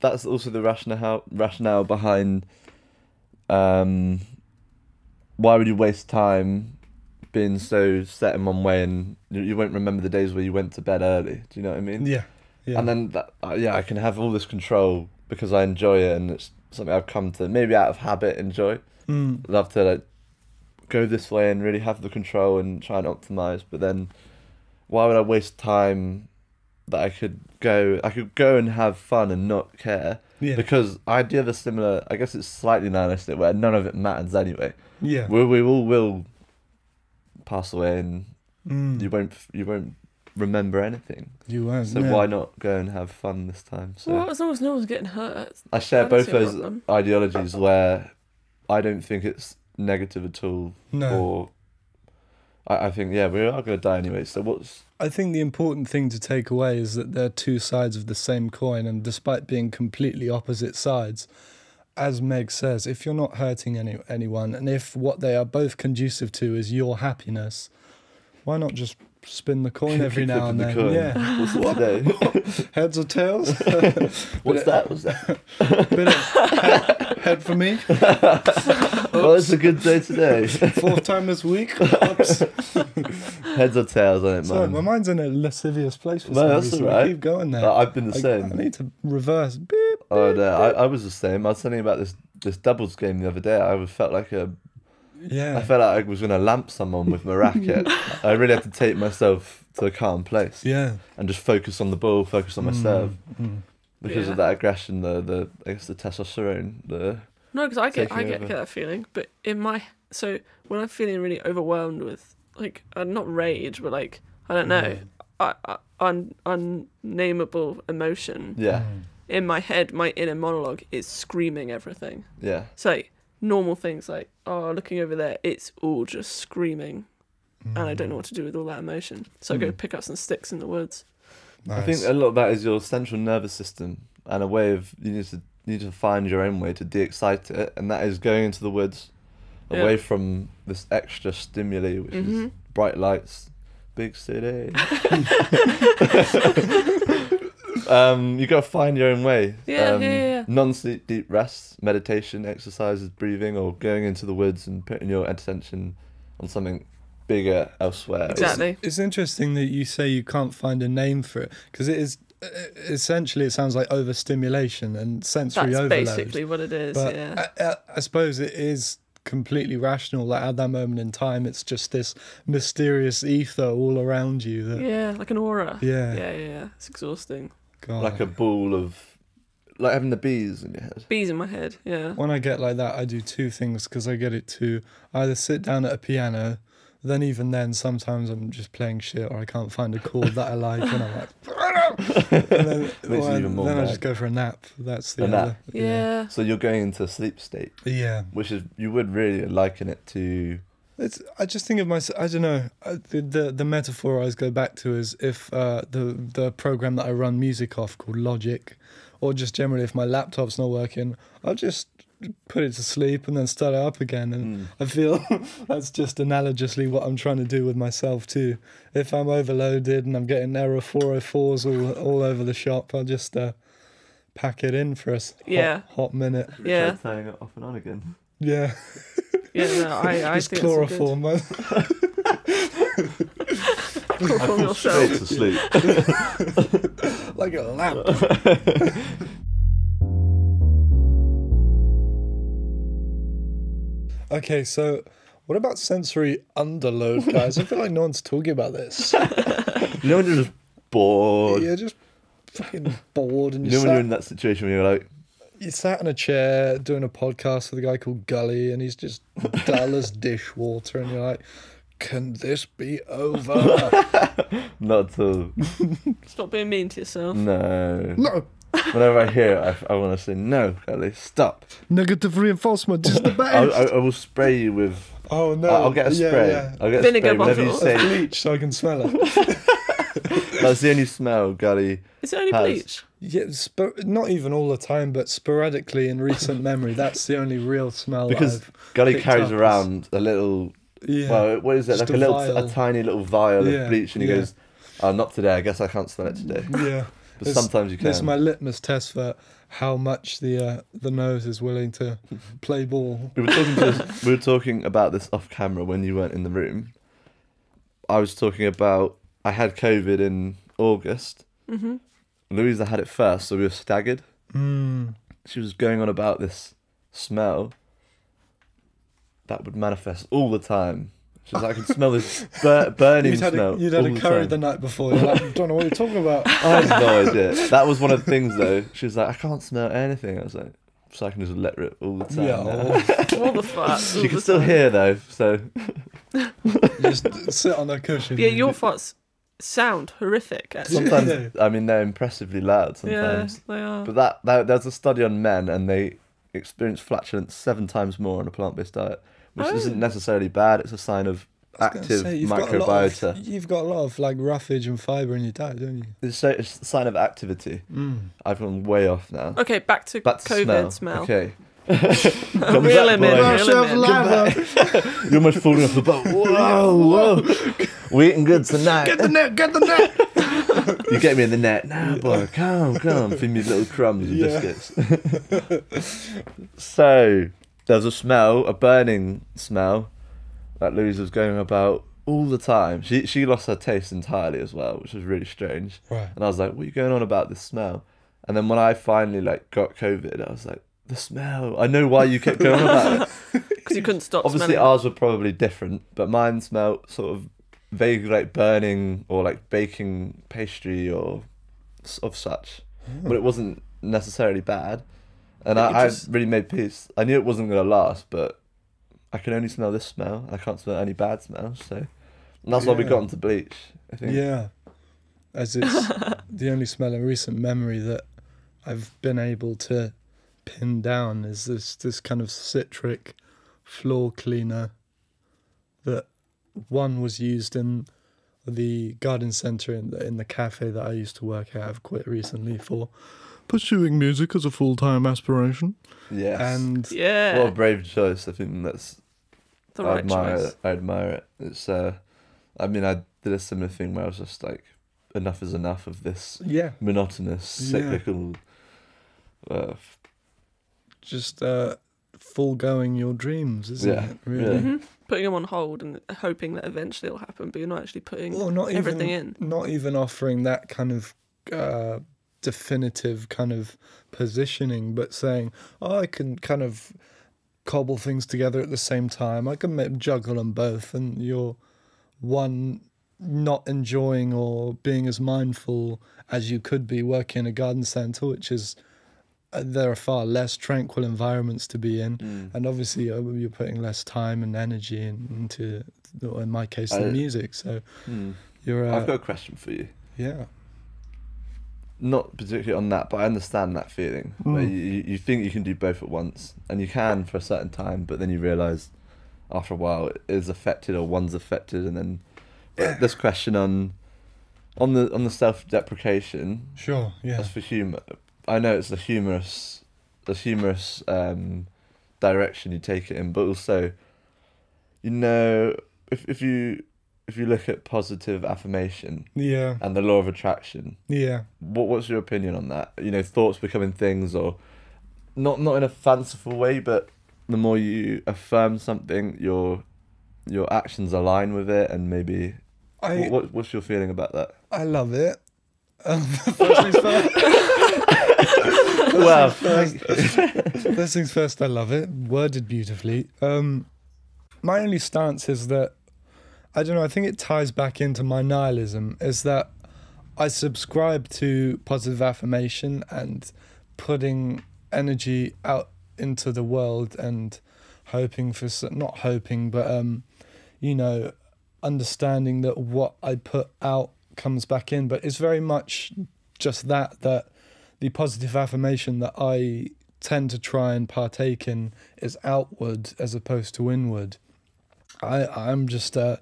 S1: that's also the rationale rationale behind um, why would you waste time being so set in one way, and you, you won't remember the days where you went to bed early. Do you know what I mean?
S2: yeah yeah
S1: And then that, uh, yeah, I can have all this control because I enjoy it, and it's something I've come to maybe out of habit enjoy.
S2: Mm,
S1: Love to like go this way and really have the control and try and optimize. But then, why would I waste time that I could go? I could go and have fun and not care
S2: yeah
S1: because I do have a similar. I guess it's slightly nihilistic where none of it matters anyway.
S2: yeah
S1: We we all will pass away, and
S2: Mm,
S1: you won't you won't remember anything.
S2: you won't
S1: So
S2: yeah.
S1: why not go and have fun this time? So
S3: Well, as long as no one's getting hurt,
S1: I share
S3: that is
S1: both
S3: your
S1: those
S3: problem.
S1: ideologies where I don't think it's negative at all,
S2: no
S1: or I, I think yeah we are going to die anyway. So what's
S2: I think the important thing to take away is that they're two sides of the same coin, and despite being completely opposite sides, as Meg says, if you're not hurting any, anyone, and if what they are both conducive to is your happiness, why not just spin the
S1: [LAUGHS]
S2: coin every
S1: Flip
S2: now and
S1: the
S2: then?
S1: coin. [LAUGHS]
S2: Yeah,
S1: What's it today?
S2: heads or tails?
S1: [LAUGHS]
S2: [LAUGHS]
S1: What's that? What's that?
S2: Bit of head, head for me.
S1: Well, it's a good day today. [LAUGHS]
S2: [LAUGHS] Fourth time this week. Oops.
S1: Heads or tails, I don't
S2: Sorry, my
S1: mind.
S2: mind's in a lascivious place for
S1: No,
S2: some
S1: that's
S2: reason.
S1: all right.
S2: I keep going there.
S1: Uh, I've been the
S2: I- I
S1: same.
S2: need to reverse. Beep.
S1: Oh no, I, I was the same. I was telling you about this this doubles game the other day. I was- felt like a
S2: Yeah.
S1: I felt like I was going to lamp someone
S2: [LAUGHS]
S1: with my racket. I really had to take myself to a calm place.
S2: yeah.
S1: and just focus on the ball, focus on my serve
S2: mm.
S1: because
S3: Yeah.
S1: of that aggression, the the I guess the testosterone, the
S3: No, because I get I
S1: taking
S3: get,
S1: over.
S3: get that feeling, but in my so when I'm feeling really overwhelmed with like uh, not rage, but like I don't know,
S1: Mm-hmm.
S3: I, I, un, unnameable emotion
S1: yeah
S2: Mm.
S3: in my head, my inner monologue is screaming everything.
S1: yeah
S3: So like normal things like oh looking over there, it's all just screaming,
S2: mm.
S3: and I don't know what to do with all that emotion. So
S1: Mm.
S3: I go pick up some sticks in the woods.
S1: I think a lot of that is your central nervous system and a way of you need to you need to find your own way to de-excite it, and that is going into the woods,
S3: Yeah.
S1: away from this extra stimuli, which is
S3: Mhm.
S1: bright lights, big
S3: [LAUGHS]
S1: city. [LAUGHS] um, you got to find your own way.
S3: Yeah,
S1: um,
S3: yeah, yeah, yeah.
S1: Non-sleep, deep rests, meditation, exercises, breathing, or going into the woods and putting your attention on something bigger elsewhere.
S3: Exactly.
S2: It's interesting that you say you can't find a name for it because it is uh, essentially it sounds like overstimulation and sensory
S3: That's
S2: overload.
S3: basically what it is.
S2: but
S3: yeah.
S2: I, I, I suppose it is completely rational that at that moment in time it's just this mysterious ether all around you. That
S3: yeah, like an aura.
S2: Yeah.
S3: yeah, yeah. yeah. It's exhausting.
S2: God.
S1: Like a ball of, like having the bees in your head.
S3: Bees in my head. Yeah.
S2: When I get like that, I do two things because I get it to either sit down at a piano, then even then, sometimes I'm just playing shit or I can't find a chord that I like, [LAUGHS] and I'm like, [LAUGHS] and
S1: [LAUGHS]
S2: then,
S1: it even more
S2: then I
S1: mad.
S2: just go for a nap. That's the
S1: A nap.
S2: other.
S3: Yeah.
S1: So you're going into a sleep state,
S2: yeah. Yeah.
S1: which is you would really liken it to
S2: It's. I just think of myself. I don't know. I, the, the the metaphor I always go back to is if uh, the the program that I run music off called Logic, or just generally if my laptop's not working, I'll just put it to sleep and then start it up again. And I feel [LAUGHS] that's just analogously what I'm trying to do with myself too. If I'm overloaded and I'm getting error 404s all, all over the shop, I'll just uh, pack it in for a s- hot-
S3: Yeah.
S2: hot minute.
S3: Yeah.
S1: Turning it off and on again.
S2: Yeah.
S3: [LAUGHS] Yeah, no, I, I
S2: just
S3: think
S2: chloroform.
S3: That's a good. [LAUGHS]
S1: [LAUGHS]
S3: Chloroform
S1: Straight
S3: yourself.
S1: to
S3: [LAUGHS]
S1: sleep.
S2: [LAUGHS] like a lamp. okay, so what about sensory underload, guys? I feel like no one's talking about this.
S1: You know when you're just bored.
S2: You're just fucking bored and
S1: You
S2: you
S1: know when you're
S2: sat,
S1: in that situation where you're like,
S2: you sat in a chair doing a podcast with a guy called Gully and he's just
S1: [LAUGHS]
S2: dull as dishwater and you're like, can this be
S1: [LAUGHS]
S2: over?
S1: not to.
S3: Stop being mean to yourself.
S1: Mm. No.
S2: no,
S1: Whenever I hear it, I, want to say no, Ellie, stop.
S2: negative reinforcement is the
S1: I,
S2: best.
S1: I, I will spray you with.
S2: oh no,
S1: I'll get a
S2: Yeah,
S1: spray.
S2: yeah.
S1: I'll get a
S3: Vinegar
S1: spray. Whenever you
S3: bottle.
S1: say
S2: bleach so I can smell
S1: [LAUGHS]
S2: it.
S1: that's the only smell, Gully.
S3: Is it only
S1: Has.
S3: bleach?
S2: Yeah, spor- not even all the time, but sporadically in recent memory, that's the only real smell.
S1: Because
S2: I've
S1: Gully
S2: picked
S1: carries
S2: up is-
S1: around a little.
S2: yeah,
S1: Well, what is it?
S2: Just
S1: Like a
S2: a
S1: little, a
S2: vial.
S1: tiny little vial of
S2: Yeah,
S1: bleach, and he
S2: yeah. Mm.
S1: goes, "Oh, not today. I guess I can't smell it today."
S2: yeah.
S1: But
S2: It's-
S1: sometimes you can.
S2: It's my litmus test for how much the uh, the nose is willing
S1: [LAUGHS]
S2: to play ball.
S1: We were talking to [LAUGHS] this, we were talking about this off camera when you weren't in the room. I was talking about I had COVID in August.
S3: Mm-hmm.
S1: Louisa had it first, so we were staggered.
S2: Mm.
S1: She was going on about this smell that would manifest all the time. She was like, I could smell this bur- [LAUGHS] burning
S2: You'd had,
S1: smell.
S2: a, you'd had
S1: all
S2: a
S1: the
S2: curry
S1: time.
S2: the night before. You're like, don't know what you're
S1: [LAUGHS]
S2: talking about.
S1: I had no idea. That was one of the things though. She was like, I can't smell anything. I was like, so I can just let rip all the time. now."
S2: Yeah, or
S3: All the farts.
S1: [LAUGHS]
S3: all
S1: She can
S3: the
S1: still
S3: time.
S1: hear though, so
S2: just sit on a cushion.
S3: Yeah, your farts sound horrific, actually.
S1: sometimes
S2: [LAUGHS] Yeah.
S1: I mean they're impressively loud sometimes.
S3: Yeah, they are.
S1: But that, that there's a study on men and they experience flatulence seven times more on a plant-based diet, which
S3: Oh.
S1: isn't necessarily bad. It's a sign of
S2: I was gonna
S1: active
S2: say, you've got a lot of-
S1: microbiota.
S2: you've got a lot of like roughage and fiber in your diet, don't you?
S1: It's, so, it's a sign of activity.
S2: Mm.
S1: I've gone way off now.
S3: Okay, back to
S1: Back to
S3: Oh, COVID smell. [LAUGHS]
S1: Okay.
S3: A
S1: Comes
S3: real
S1: back,
S3: image,
S1: boy.
S3: real image.
S1: You're almost falling off the [LAUGHS] boat. Whoa, whoa. We're eating good tonight. Get the net, get the net. you get me in the net. Now, boy, come, come. Feed me little crumbs and
S2: Yeah.
S1: biscuits. [LAUGHS] so, there's a smell, a burning smell, that Louise was going about all the time. She, she lost her taste entirely as well, which was really strange.
S2: Right.
S1: And I was like, what are you going on about this smell? And then when I finally like got COVID, I was like, the smell. I know why you kept going on about it.
S3: Because you couldn't stop
S1: Obviously,
S3: smelling.
S1: ours were probably different, but mine smelled sort of vaguely like burning or like baking pastry or s- of such,
S2: Hmm.
S1: but it wasn't necessarily bad. And
S3: But you
S1: I,
S3: just-
S1: I really made peace. I knew it wasn't gonna last, but I can only smell this smell, and I can't smell any bad smells. So, and that's why we
S2: Yeah.
S1: got into bleach. I think.
S2: Yeah,
S1: [LAUGHS]
S2: as it's the only smell in recent memory that I've been able to pin down is this this kind of citric floor cleaner that one was used in the garden centre in the, in the cafe that I used to work at. I've quit recently for pursuing music as a full time aspiration,
S1: Yes.
S2: and
S3: Yeah,
S1: What a brave choice! I think that's
S3: the
S1: I
S3: right
S1: admire
S3: choice.
S1: it. I admire it. It's uh, I mean, I did a similar thing where I was just like, enough is enough of this
S2: yeah,
S1: monotonous,
S2: Yeah.
S1: cyclical. Uh, f-
S2: just uh, foregoing your dreams, isn't
S1: Yeah,
S2: it? Really.
S1: yeah.
S3: hmm Putting them on hold and hoping that eventually it'll happen, but you're not actually putting
S2: Well, not even
S3: Mm-hmm. everything in.
S2: not even offering that kind of uh, definitive kind of positioning, but saying, oh, I can kind of cobble things together at the same time. I can make, juggle them both, and you're one not enjoying or being as mindful as you could be working in a garden centre, which is uh, there are far less tranquil environments to be in.
S1: Mm.
S2: And obviously, uh, you're putting less time and energy in, into, or in my case, the
S1: I-
S2: music. So
S1: hmm.
S2: you're uh,
S1: I've got a question for you.
S2: yeah.
S1: Not particularly on that, but I understand that feeling where
S2: Mm.
S1: you, you you think you can do both at once, and you can for a certain time, but then you realise after a while it is affected or one's affected, and then but this question on on the on the self deprecation
S2: Sure. Yeah.
S1: That's for humor, I know it's a humorous, a humorous um, direction you take it in, but also, you know, if if you if you look at positive affirmation
S2: Yeah.
S1: and the law of attraction,
S2: Yeah.
S1: what what's your opinion on that? You know, thoughts becoming things, or not not in a fanciful way, but the more you affirm something, your your actions align with it, and maybe
S2: I
S1: what, what what's your feeling about that?
S2: I love it. [LAUGHS] Um, first things
S1: [LAUGHS]
S2: first.
S1: well, [LAUGHS]
S2: [LAUGHS] first things first. I love it. Worded beautifully. Um, my only stance is that I don't know. I think it ties back into my nihilism. Is that I subscribe to positive affirmation and putting energy out into the world and hoping for s- not hoping, but um, you know, understanding that what I put out comes back in. But it's very much just that that the positive affirmation that I tend to try and partake in is outward as opposed to inward. I I'm just a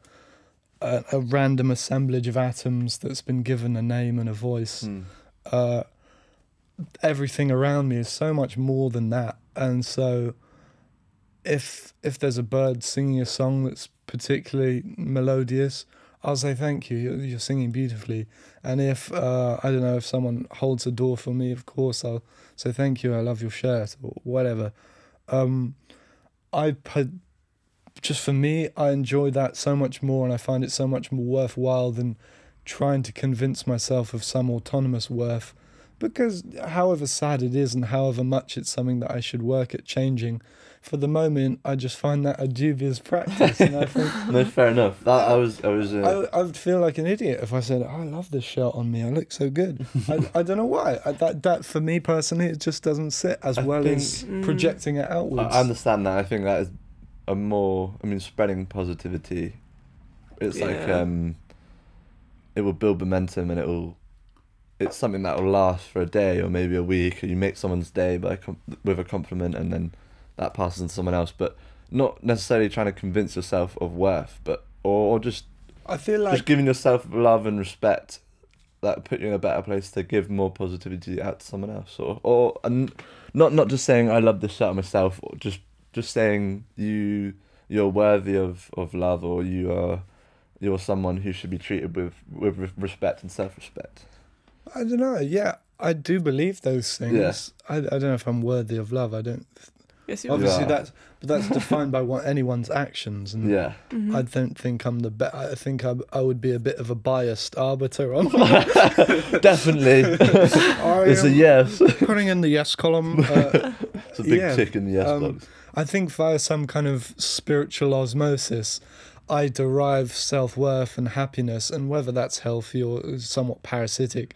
S2: a, a random assemblage of atoms that's been given a name and a voice.
S1: Hmm.
S2: Uh, everything around me is so much more than that, and so if if there's a bird singing a song that's particularly melodious, I'll say thank you. You're, you're singing beautifully. And if uh, I don't know if someone holds a door for me, of course I'll say thank you. I love your shirt or whatever. Um, I put just for me, I enjoy that so much more, and I find it so much more worthwhile than trying to convince myself of some autonomous worth. Because however sad it is, and however much it's something that I should work at changing, for the moment, I just find that a dubious
S1: [LAUGHS]
S2: practice, and I think
S1: no, fair enough. That I was I was. Uh,
S2: I, I would feel like an idiot if I said, "Oh, "I love this shirt on me. I look so good." I,
S1: [LAUGHS]
S2: I don't know why. I, that that for me personally, it just doesn't sit as
S1: I
S2: well
S1: think- Mm.
S2: as projecting it outwards.
S1: I understand that. I think that is a more. I mean, spreading positivity. It's like
S3: Yeah.
S1: um. It will build momentum, and it will. It's something that will last for a day or maybe a week. Or you make someone's day by com- with a compliment, and then that passes on to someone else. But not necessarily trying to convince yourself of worth, but or, or just
S2: I feel
S1: just
S2: like
S1: giving yourself love and respect that put you in a better place to give more positivity out to someone else or or and not not just saying i love this shirt on myself or just just saying you you're worthy of of love or you are you're someone who should be treated with with re- respect and self-respect
S2: I don't know. Yeah, I do believe those things.
S1: Yeah.
S2: I I don't know if I'm worthy of love. I don't.
S3: Yes, you
S2: Obviously,
S1: are.
S2: that's but that's defined by what anyone's actions, and
S1: yeah [LAUGHS]
S3: Mm-hmm.
S2: I don't think I'm the best. I think I I would be a bit of a biased arbiter [LAUGHS] on.
S1: definitely
S2: [LAUGHS] I
S1: it's a
S2: am
S1: yes it's
S2: putting in the yes column. Uh, [LAUGHS]
S1: a big
S2: Yeah,
S1: tick in the yes
S2: um,
S1: box
S2: I think via some kind of spiritual osmosis, I derive self worth and happiness, and whether that's healthy or somewhat parasitic,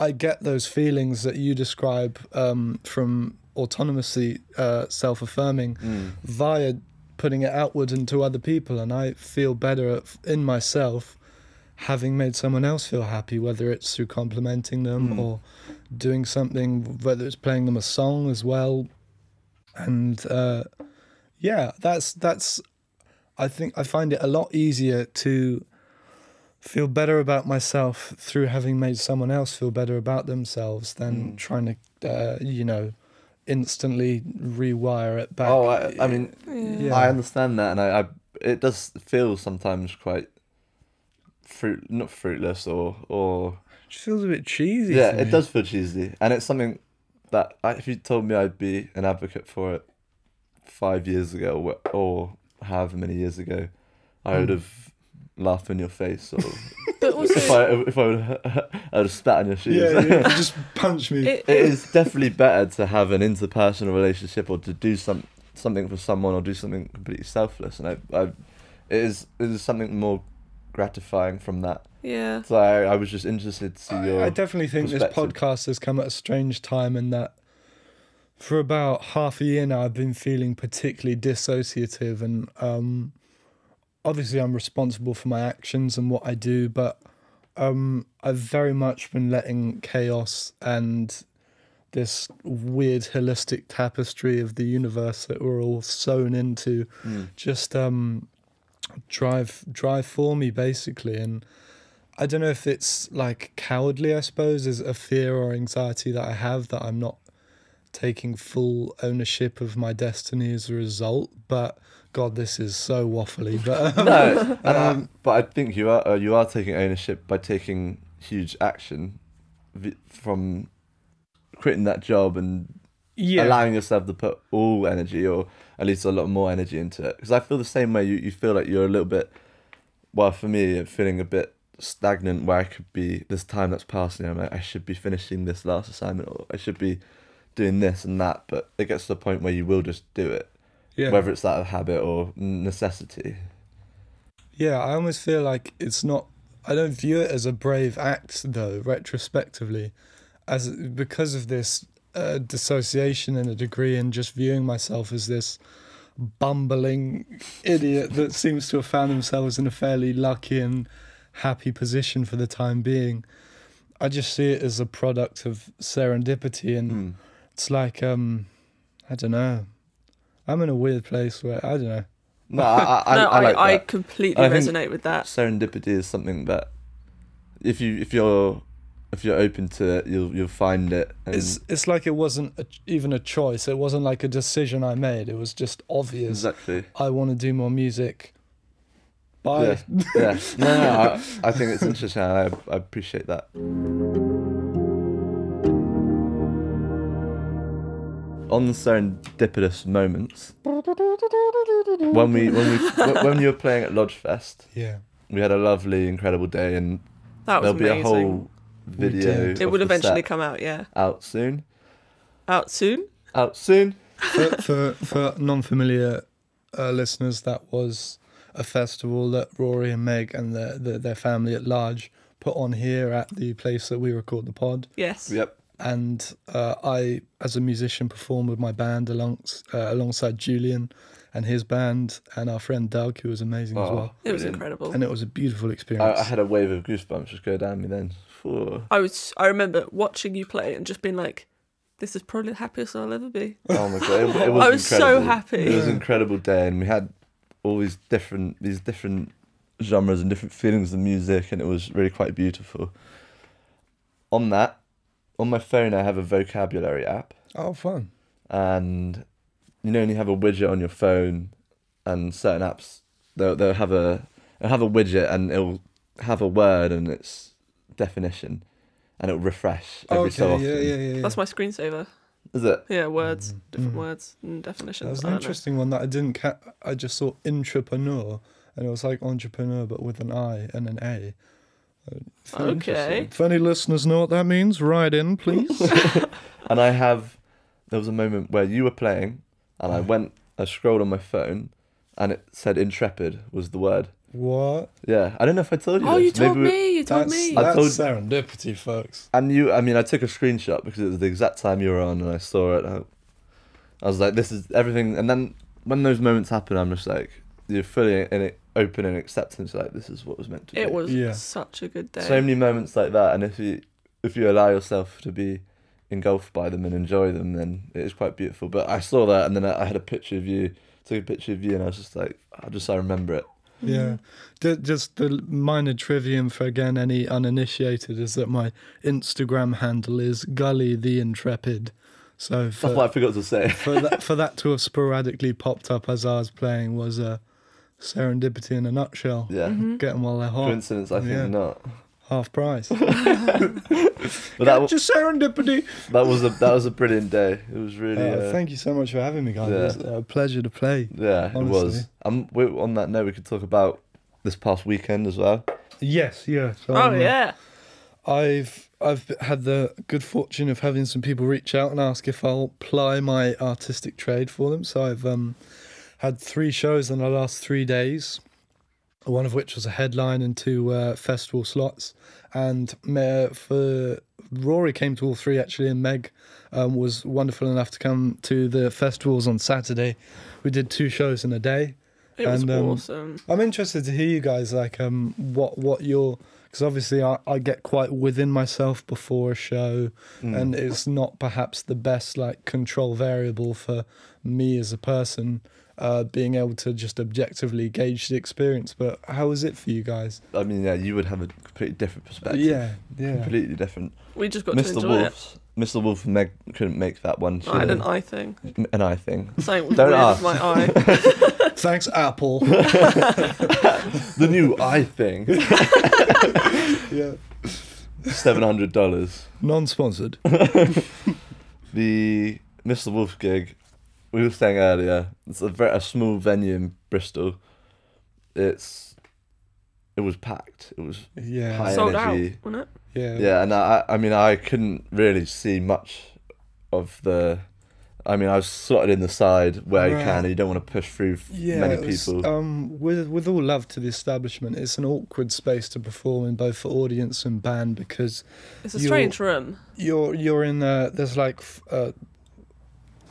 S2: I get those feelings that you describe um, from autonomously uh, self affirming via putting it outward and to other people, and I feel better at, in myself having made someone else feel happy, whether it's through complimenting them
S1: Hmm.
S2: or doing something, whether it's playing them a song as well, and uh, yeah, that's that's. I think I find it a lot easier to feel better about myself through having made someone else feel better about themselves
S1: Hmm.
S2: than trying to, uh, you know, instantly rewire it back.
S1: oh I, I mean
S2: yeah.
S1: I understand that, and I, I it does feel sometimes quite fruit not fruitless or or
S2: it just feels a bit cheesy.
S1: yeah,
S2: to
S1: it
S2: me.
S1: does feel cheesy, and it's something that I, if you told me I'd be an advocate for it five years ago or, or however many years ago, I
S2: Hmm.
S1: would have laughed in your face
S2: [LAUGHS]
S1: or
S3: But
S1: [LAUGHS] if
S3: also,
S1: I if I would have, [LAUGHS] I would have spat on your shoes.
S2: Yeah, yeah, just punch me.
S3: it,
S1: It is definitely better to have an interpersonal relationship or to do some something for someone or do something completely selfless. And I, I it is it is something more gratifying from that.
S3: yeah,
S1: So I, I was just interested to see your.
S2: I, I definitely think this
S1: perspective.
S2: podcast has come at a strange time in that for about half a year now I've been feeling particularly dissociative and um obviously I'm responsible for my actions and what I do, but um I've very much been letting chaos and this weird holistic tapestry of the universe that we're all sewn into
S1: Hmm.
S2: just um drive drive for me basically and I don't know if it's like cowardly, I suppose, is a fear or anxiety that I have that I'm not taking full ownership of my destiny as a result. But God, this is so
S1: [LAUGHS]
S2: waffly. But um,
S1: [LAUGHS] No, and I- but I think you are uh, you are taking ownership by taking huge action v- from quitting that job and
S2: yeah,
S1: allowing yourself to put all energy or at least a lot more energy into it. Because I feel the same way. You you feel like you're a little bit. Well, for me, I'm feeling a bit stagnant where I could be this time that's passing. I'm like, I should be finishing this last assignment or I should be doing this and that. But it gets to the point where you will just do it,
S2: yeah.
S1: whether it's out of habit or necessity.
S2: Yeah, I almost feel like it's not. I don't view it as a brave act, though, retrospectively, as because of this uh, dissociation in a degree, and just viewing myself as this bumbling idiot that seems to have found themselves in a fairly lucky and happy position for the time being. I just see it as a product of serendipity, and
S1: Mm.
S2: it's like um, I don't know. I'm in a weird place where I don't know.
S1: No, I, I, I,
S3: no, I,
S1: I like
S3: I
S1: that.
S3: completely
S1: I think-
S3: resonate with that.
S1: Serendipity is something that if you if you're if you're open to it, you'll you'll find it. And
S2: It's it's like it wasn't a, even a choice. It wasn't like a decision I made. It was just obvious.
S1: exactly.
S2: I want to do more music. Bye.
S1: Yeah, yeah. No, no, I, I think it's interesting. and I I appreciate that. On the serendipitous moments, when we when we when you were playing at Lodge Fest,
S2: Yeah.
S1: we had a lovely, incredible day, and
S3: That was
S1: there'll be
S3: amazing.
S1: a whole
S2: We
S1: video.
S2: did.
S3: it
S1: of
S3: will
S1: the
S3: eventually
S1: set
S3: come out, yeah.
S1: out soon.
S3: Out soon.
S1: Out soon.
S2: For for, for non-familiar uh, listeners, that was a festival that Rory and Meg and their their, their family at large put on here at the place that we record the pod.
S3: Yes.
S1: Yep.
S2: and uh, I, as a musician, performed with my band alongs uh, alongside Julian and his band and our friend Doug, who was amazing as
S1: Oh,
S2: well.
S3: It was
S1: brilliant.
S3: incredible.
S2: And it was a beautiful
S1: I,
S2: experience.
S1: I had a wave of goosebumps just go down me then. Phew.
S3: I was I remember watching you play and just being like, This is probably the happiest I'll ever be.
S1: Oh my god! It, it was
S3: I was so
S1: incredible.
S3: happy.
S1: It was
S2: Yeah.
S1: an incredible day, and we had all these different these different genres and different feelings of music, and it was really quite beautiful. On that, on my phone, I have a vocabulary app,
S2: oh, fun.
S1: and you know, when you have a widget on your phone, and certain apps they'll they'll have a they'll have a widget, and it'll have a word and its definition, and it'll refresh every
S2: okay,
S1: so often.
S2: yeah, yeah, yeah. yeah.
S3: That's my screensaver.
S1: Is it?
S3: Yeah, words, different
S2: Mm.
S3: words and definitions.
S2: that was
S3: I
S2: an
S3: don't know.
S2: interesting one that I didn't ca- I just saw entrepreneur, and it was like entrepreneur, but with an I and an A. Uh, very
S3: Okay.
S2: interesting. If any listeners know what that means, write in, please.
S3: [LAUGHS]
S1: And I have. There was a moment where you were playing, and
S3: Mm.
S1: I went. I scrolled on my phone, and it said "intrepid" was the word.
S2: what?
S1: Yeah, I don't know if I told you.
S3: Oh,
S1: this.
S3: you told
S1: Maybe we-
S3: me. You told
S2: That's,
S3: me.
S1: I
S2: that's
S1: told-
S2: serendipity, folks.
S1: And you, I mean, I took a screenshot because it was the exact time you were on, and I saw it. And I, I was like, "This is everything." And then when those moments happen, I'm just like, you're fully in it, open and acceptance. Like this is what was meant to be.
S3: It was
S2: Yeah.
S3: such a good day.
S1: so many moments like that, and if you if you allow yourself to be engulfed by them and enjoy them, then it is quite beautiful. But I saw that, and then I, I had a picture of you, took a picture of you, and I was just like, I just I remember it.
S3: Mm-hmm.
S2: Yeah. Ju- Just the minor trivium for again any uninitiated is that my Instagram handle is Gully the Intrepid. So
S1: That's what
S2: for
S1: I forgot to
S3: [LAUGHS]
S1: say. [LAUGHS]
S2: for that, for that to have sporadically popped up as I was playing was a serendipity in a nutshell.
S1: Yeah,
S3: Mm-hmm.
S2: Get 'em while they're hot.
S1: coincidence. I think
S2: Yeah.
S1: not.
S2: Half price.
S1: But that wa-
S2: Just serendipity.
S1: that was a that was a brilliant day. It was really.
S2: Uh,
S1: uh,
S2: thank you so much for having me, guys.
S1: Yeah.
S2: It was a pleasure to play.
S1: yeah, it was.
S2: honestly.
S1: Um, we, on that note, we could talk about this past weekend as well.
S2: Yes, yeah. so,
S3: oh
S2: um,
S3: yeah.
S2: I've I've had the good fortune of having some people reach out and ask if I'll ply my artistic trade for them. So I've um, had three shows in the last three days, one of which was a headline and two uh, festival slots. And Ma- for Rory came to all three actually, and Meg um, was wonderful enough to come to the festivals on Saturday. We did two shows in a day.
S3: It was
S2: and, um,
S3: awesome.
S2: I'm interested to hear you guys like um what what your because obviously I, I get quite within myself before a show and it's not perhaps the best like control variable for me as a person uh, being able to just objectively gauge the experience. But how was it for you guys?
S1: I mean, yeah, you would have a completely different perspective.
S2: Yeah, yeah.
S1: completely different.
S3: We just got to
S1: Mr.
S3: enjoy
S1: Wolf, Mr. Wolf and Meg couldn't make that one.
S3: it. I had
S1: she-
S3: an eye thing.
S1: an eye thing.
S3: Something was
S1: Don't
S3: weird
S1: ask. [LAUGHS]
S3: with my eye.
S2: Thanks, Apple.
S1: The new eye thing.
S2: [LAUGHS] yeah.
S1: Seven hundred
S2: [LAUGHS]
S1: dollars.
S2: Non-sponsored.
S1: The Mr. Wolf gig we were saying earlier. It's a very a small venue in Bristol. It's it was packed. It was
S2: Yeah.
S1: High
S3: Sold out,
S1: energy.
S3: wasn't it?
S2: Yeah.
S1: yeah, and I I mean I couldn't really see much of the. I mean I was slotted in the side where you
S2: Right.
S1: can. and You don't want to push through f-
S2: Yeah,
S1: many
S2: it was,
S1: people.
S2: um, with with all love to the establishment, it's an awkward space to perform in both for audience and band because
S3: It's a
S2: You're-
S3: strange room.
S2: you're you're in uh, there's like f- uh,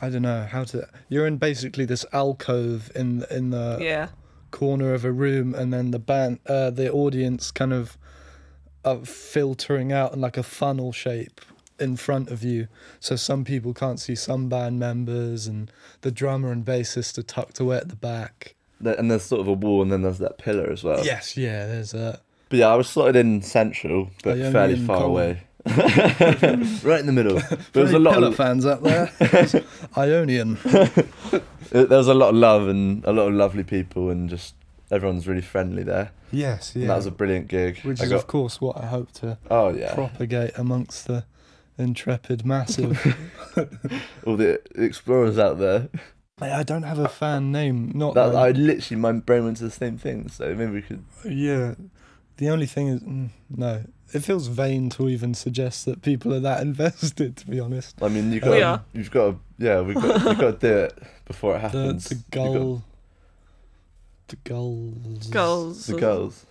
S2: I don't know how to you're in basically this alcove in in
S1: Uh,
S2: the
S3: yeah.
S2: corner of a room, and then the band uh, the audience kind of are filtering out in like a funnel shape in front of you. So some people can't see some band members, and the drummer and bassist are tucked away at the back.
S1: There- And there's sort of a wall, and then there's that pillar as well.
S2: Yes, yeah, there's that.
S1: But yeah, I was slotted in central, but
S2: Oh, yeah,
S1: fairly
S2: in
S1: far
S2: Colwyn.
S1: away. [LAUGHS] right in the
S2: [LAUGHS]
S1: middle. There was a
S2: Any
S1: lot.
S2: Pillar
S1: Of,
S2: fans
S1: [LAUGHS]
S2: out there. Ionian.
S1: there was a lot of love and a lot of lovely people, and just everyone's really friendly there.
S2: Yes,
S1: And that was a brilliant gig.
S2: Which
S1: I
S2: is,
S1: got-
S2: of course, what I hope to
S1: oh yeah,
S2: propagate amongst the intrepid
S1: [LAUGHS]
S2: massive.
S1: all the explorers out there.
S2: Mate, I don't have a fan name. Not
S1: That
S2: though.
S1: I literally my brain went to the same thing. So maybe we could.
S2: Yeah, the only thing is, mm, no, it feels vain to even suggest that people are that [LAUGHS] invested. To be honest,
S1: I mean, you
S2: [LAUGHS] We
S1: got.
S3: are.
S1: You've got. To, yeah, we have got. You have got to do it before it
S2: the
S1: happens.
S2: the
S1: You've got-
S2: goal, the goals,
S3: Girls.
S1: The girls.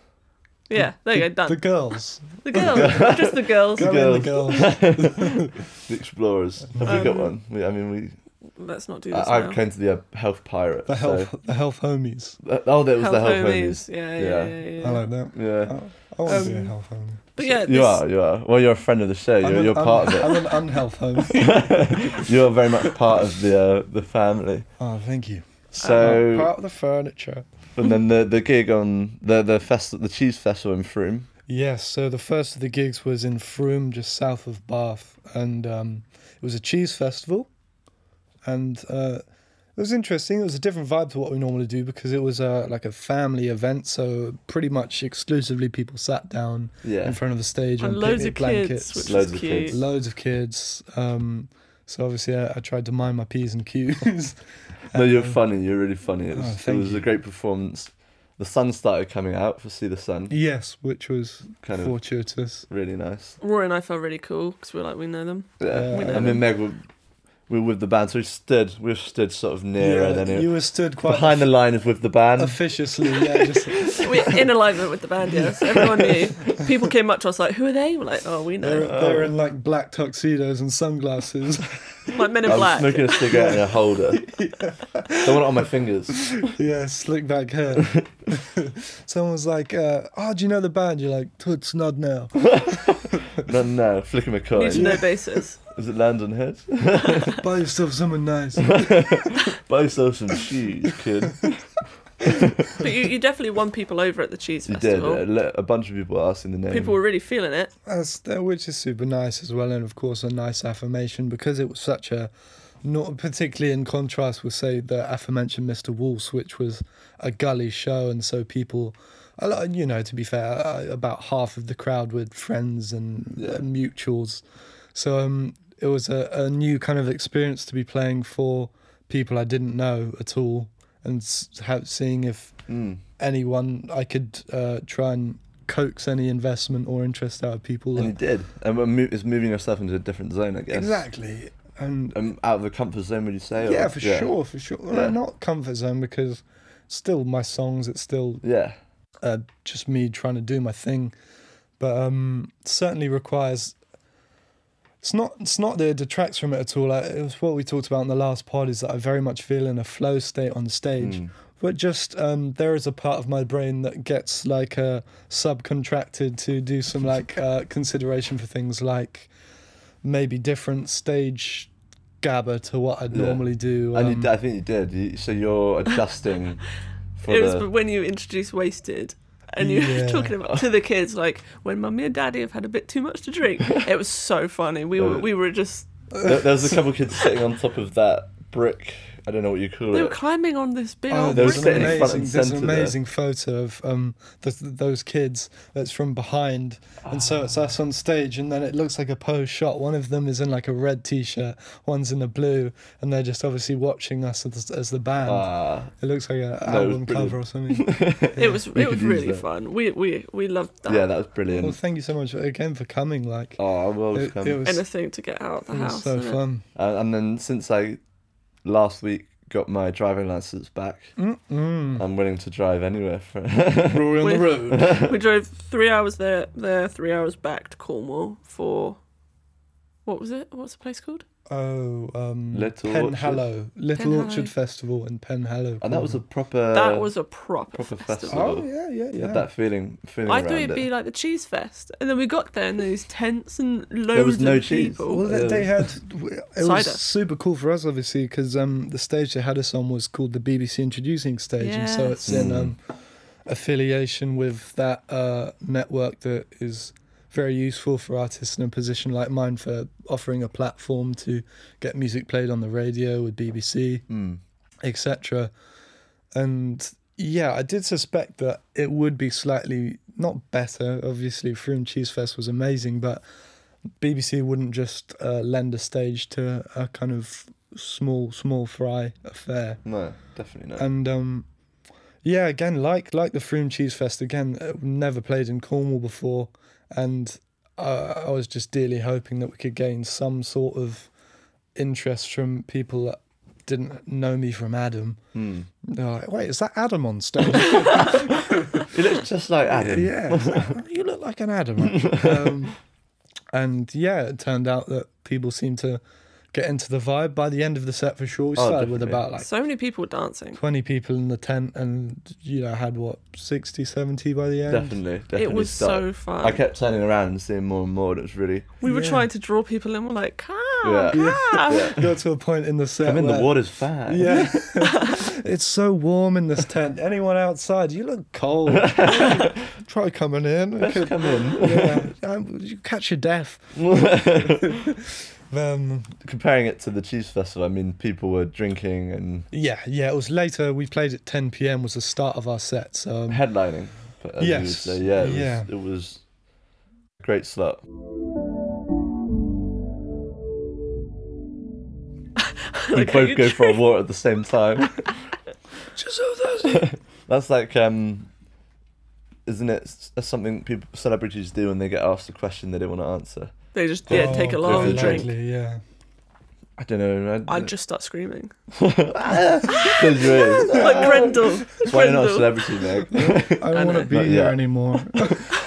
S3: Yeah, there you go,
S2: the
S3: done.
S2: girls,
S3: The, girls. just the girls.
S2: Go in the girls.
S1: [LAUGHS] The explorers. Have we got
S3: Um,
S1: one? We, I mean, we.
S3: Let's not do this
S1: I, I
S3: now.
S1: came to the uh, health pirate.
S2: the
S1: so-
S2: health, the health homies.
S1: Uh, Oh, that was the
S3: Health
S1: health homies.
S3: Yeah,
S1: Yeah.
S3: yeah, yeah.
S2: I
S3: yeah, yeah.
S2: like that.
S1: Yeah.
S2: I, I want to be a
S3: Um,
S2: health homie.
S3: But yeah,
S1: You are, you are. Well, you're a friend of the show. You're,
S2: I'm an
S1: you're
S2: un- [LAUGHS]
S1: part of it.
S2: I'm an
S1: [LAUGHS]
S2: unhealth homie.
S1: you're very much part of the uh, the family.
S2: oh, thank you. I'm
S1: So,
S2: part of the furniture.
S1: and then the the gig on the the fest, the cheese festival in Froome.
S2: Yes, so the first of the gigs was in Froome, just south of Bath, and um, it was a cheese festival, and uh, it was interesting. It was a different vibe to what we normally do because it was uh, like a family event, so pretty much exclusively people sat down
S1: Yeah.
S2: in front of the stage
S3: and
S2: on
S3: loads
S2: picnic
S3: of
S2: blankets,
S3: kids, which
S1: Loads
S3: is
S1: of
S3: cute.
S1: kids.
S2: loads of kids. Um, so obviously, I, I tried to mind my p's and
S1: [LAUGHS]
S2: q's.
S1: [LAUGHS]
S2: Um,
S1: No,
S2: [LAUGHS]
S1: you're funny. You're really funny. It
S2: Oh,
S1: was, it
S2: thank
S1: was a
S2: you.
S1: great performance. The sun started coming out for see the sun.
S2: yes, which was
S1: Kind of
S2: fortuitous.
S1: really nice.
S3: Rory and I felt really cool because we were like, we know them.
S1: Yeah.
S2: We
S1: I
S2: know.
S1: mean, Meg, were, we were with the band, so we stood. We stood sort of near, and then
S2: you were stood quite
S1: behind the line is with the band.
S2: officiously. Yeah,
S1: [LAUGHS]
S2: just
S3: We're in alignment with the band, yeah. So everyone knew. People came up to us like, who are they? We're like, oh, we
S2: They're, uh,
S3: know.
S2: they're in like black tuxedos and sunglasses.
S3: Like men in
S1: I'm
S3: black.
S1: smoking a cigarette in a
S3: [LAUGHS]
S1: holder. Don't want it on my fingers.
S2: yeah, slick back hair. Someone's like, uh, "Oh, do you know the band?" You're like, "Toots not now."
S1: No, no, flicking my coin.
S3: Need to know basis.
S1: Is it Landon Head?
S2: Buy yourself someone nice.
S1: Buy yourself some shoes,
S3: [LAUGHS]
S1: kid.
S3: But you, you definitely won people over at the cheese
S1: You did.
S3: festival.
S1: A, le- a bunch of people were asking the name.
S3: People were really feeling it.
S2: That's, that, which is super nice as well, and of course a nice affirmation because it was such a not particularly in contrast with say the aforementioned Mr. Wolf's, which was a gully show, and so people. a lot- You know, to be fair, uh, about half of the crowd were friends and uh,
S1: Yeah.
S2: mutuals, so um, it was a, a new kind of experience to be playing for people I didn't know at all, and s- how, seeing if
S1: Mm.
S2: anyone I could uh, try and coax any investment or interest out of people.
S1: And
S2: that-
S1: you did. And we're mo- it's moving yourself into a different zone, I guess.
S2: Exactly. And
S1: Um, out of the comfort zone, would you say? or-
S2: yeah, for sure, for sure. Well,
S1: Yeah.
S2: Not comfort zone because still my songs, it's still
S1: Yeah.
S2: uh, just me trying to do my thing. But um, certainly requires. It's not. It's not that it detracts from it at all. I, it was what we talked about in the last pod. Is that I very much feel in a flow state on stage,
S1: Mm.
S2: but just um, there is a part of my brain that gets like uh, subcontracted to do
S1: [LAUGHS]
S2: some like uh, consideration for things like maybe different stage gabber to what I'd
S1: Yeah.
S2: normally do.
S1: and
S2: Um,
S1: you, d- I think you did. You, so
S3: [LAUGHS]
S1: you're adjusting for
S2: [LAUGHS]
S3: it was
S1: the.
S3: when you introduced wasted and [LAUGHS] you
S2: Yeah.
S3: were talking about to the kids like when mummy and daddy have had a bit too much to drink it was so funny we were we were just
S1: There, there was a couple of kids sitting on top of that brick. I don't know what you call
S3: they were
S1: it.
S3: climbing on this big
S2: Oh,
S3: old
S1: there was
S2: there's
S3: brick
S2: an
S1: sitting
S3: thing.
S1: front and
S2: amazing, there's an
S1: centre there.
S2: amazing photo of um th- th- those kids that's from behind, and so it's us on stage, and then it looks like a pose shot. One of them is in like a red t-shirt, one's in a blue, and they're just obviously watching us as, as the band.
S1: Ah,
S2: it looks like an
S1: was
S2: album cover or
S1: [LAUGHS]
S2: something.
S3: it was it
S1: could
S3: was
S1: use
S3: really
S1: that.
S3: fun we we we loved that
S1: yeah, that was
S2: well,
S1: brilliant.
S2: thank you so much again for coming. Like
S1: Oh, well,
S2: it,
S1: come.
S2: it was,
S3: and a
S2: it
S3: thing to get out of the
S2: was
S3: house
S2: so
S3: innit?
S2: fun.
S1: Uh, and then since I last week got my driving license back,
S2: Mm-mm.
S1: I'm willing to drive anywhere.
S2: [LAUGHS]
S1: For
S2: Rory
S3: [LAUGHS]
S2: on Mm. the
S3: With-
S2: road.
S3: we drove three hours there there three hours back to cornwall for what was it what's the place called
S2: Oh, um,
S1: Little
S2: Penhallow, Little
S3: Penhallow.
S2: Orchard Festival in Penhallow.
S1: and that was a proper.
S3: that was a proper,
S1: Uh, proper
S3: festival.
S1: festival.
S2: Oh yeah,
S1: you
S2: yeah, yeah.
S1: had that feeling. feeling
S3: I thought
S1: around
S3: it'd
S1: it.
S3: be like the cheese fest, and then we got there and there was tents and loads
S1: was
S3: of
S1: no cheese.
S3: people.
S2: Well, they,
S1: Yeah.
S2: they had. w- It was
S3: [LAUGHS] Cider.
S2: super cool for us, obviously, because um, the stage they had us on was called the BBC Introducing Stage, and so it's in
S1: Yes.
S2: um, affiliation with that uh, network that is very useful for artists in a position like mine for offering a platform to get music played on the radio with BBC,
S1: Hmm.
S2: etc. And yeah, I did suspect that it would be slightly not better. Obviously, Froome Cheese Fest was amazing, but BBC wouldn't just uh, lend a stage to a kind of small, small fry affair.
S1: No, definitely not.
S2: And Mm. um, yeah, again, like like the Froome Cheese Fest, again, uh, never played in Cornwall before, and uh, I was just dearly hoping that we could gain some sort of interest from people that didn't know me from Adam.
S1: Hmm.
S2: They're like, wait, is that Adam on stage? [LAUGHS]
S1: It looks just like Adam. [LAUGHS]
S2: yeah, it's like, you look like an Adam. um, and yeah, it turned out that people seemed to get into the vibe by the end of the set for sure. We
S1: Oh,
S2: started with
S1: definitely.
S2: about like
S3: so many people dancing.
S2: 20 people in the tent and, you know, had what, 60, 70 by the end?
S1: Definitely, definitely.
S3: It was
S1: stuck.
S3: so fun.
S1: I kept turning around and seeing more and more. and It was really.
S3: we were
S2: Yeah.
S3: trying to draw people in. We're like, come,
S1: Yeah.
S3: come.
S2: [LAUGHS] Got to a point in the set.
S1: I mean, the
S2: where-
S1: water's fat.
S2: Yeah. [LAUGHS] it's so warm in this tent. Anyone outside, you look cold. Try coming
S1: [LAUGHS]
S2: in.
S1: Let's come
S2: [LAUGHS]
S1: in.
S2: Yeah. Um, You catch your death. Um,
S1: Comparing it to the cheese festival, I mean, people were drinking and
S2: Yeah, yeah, it was later. We played at 10 p.m. was the start of our set. So
S1: [LAUGHS]
S2: um,
S1: headlining. But as you would
S2: Yes.
S1: say, yeah, it was,
S2: Yeah.
S1: It was a great
S3: [LAUGHS]
S1: slot. we
S3: Like, are
S1: both
S3: you
S1: go for a walk at the same time.
S2: just oh, those-
S1: That's like, um, isn't it s- something people celebrities do when they get asked a question they don't want to answer?
S3: They just yeah, take a
S2: Oh,
S3: long
S1: definitely.
S3: drink.
S2: lovely, Yeah,
S1: I don't know. I, [LAUGHS]
S3: I'd just start screaming
S1: Close your ears.
S3: [LAUGHS] like Grendel.
S1: That's why you're not a
S3: Grendel.
S1: celebrity, Meg.
S2: I don't want to
S3: know.
S2: be
S1: Not
S2: here
S1: yet.
S2: anymore.
S1: [LAUGHS] I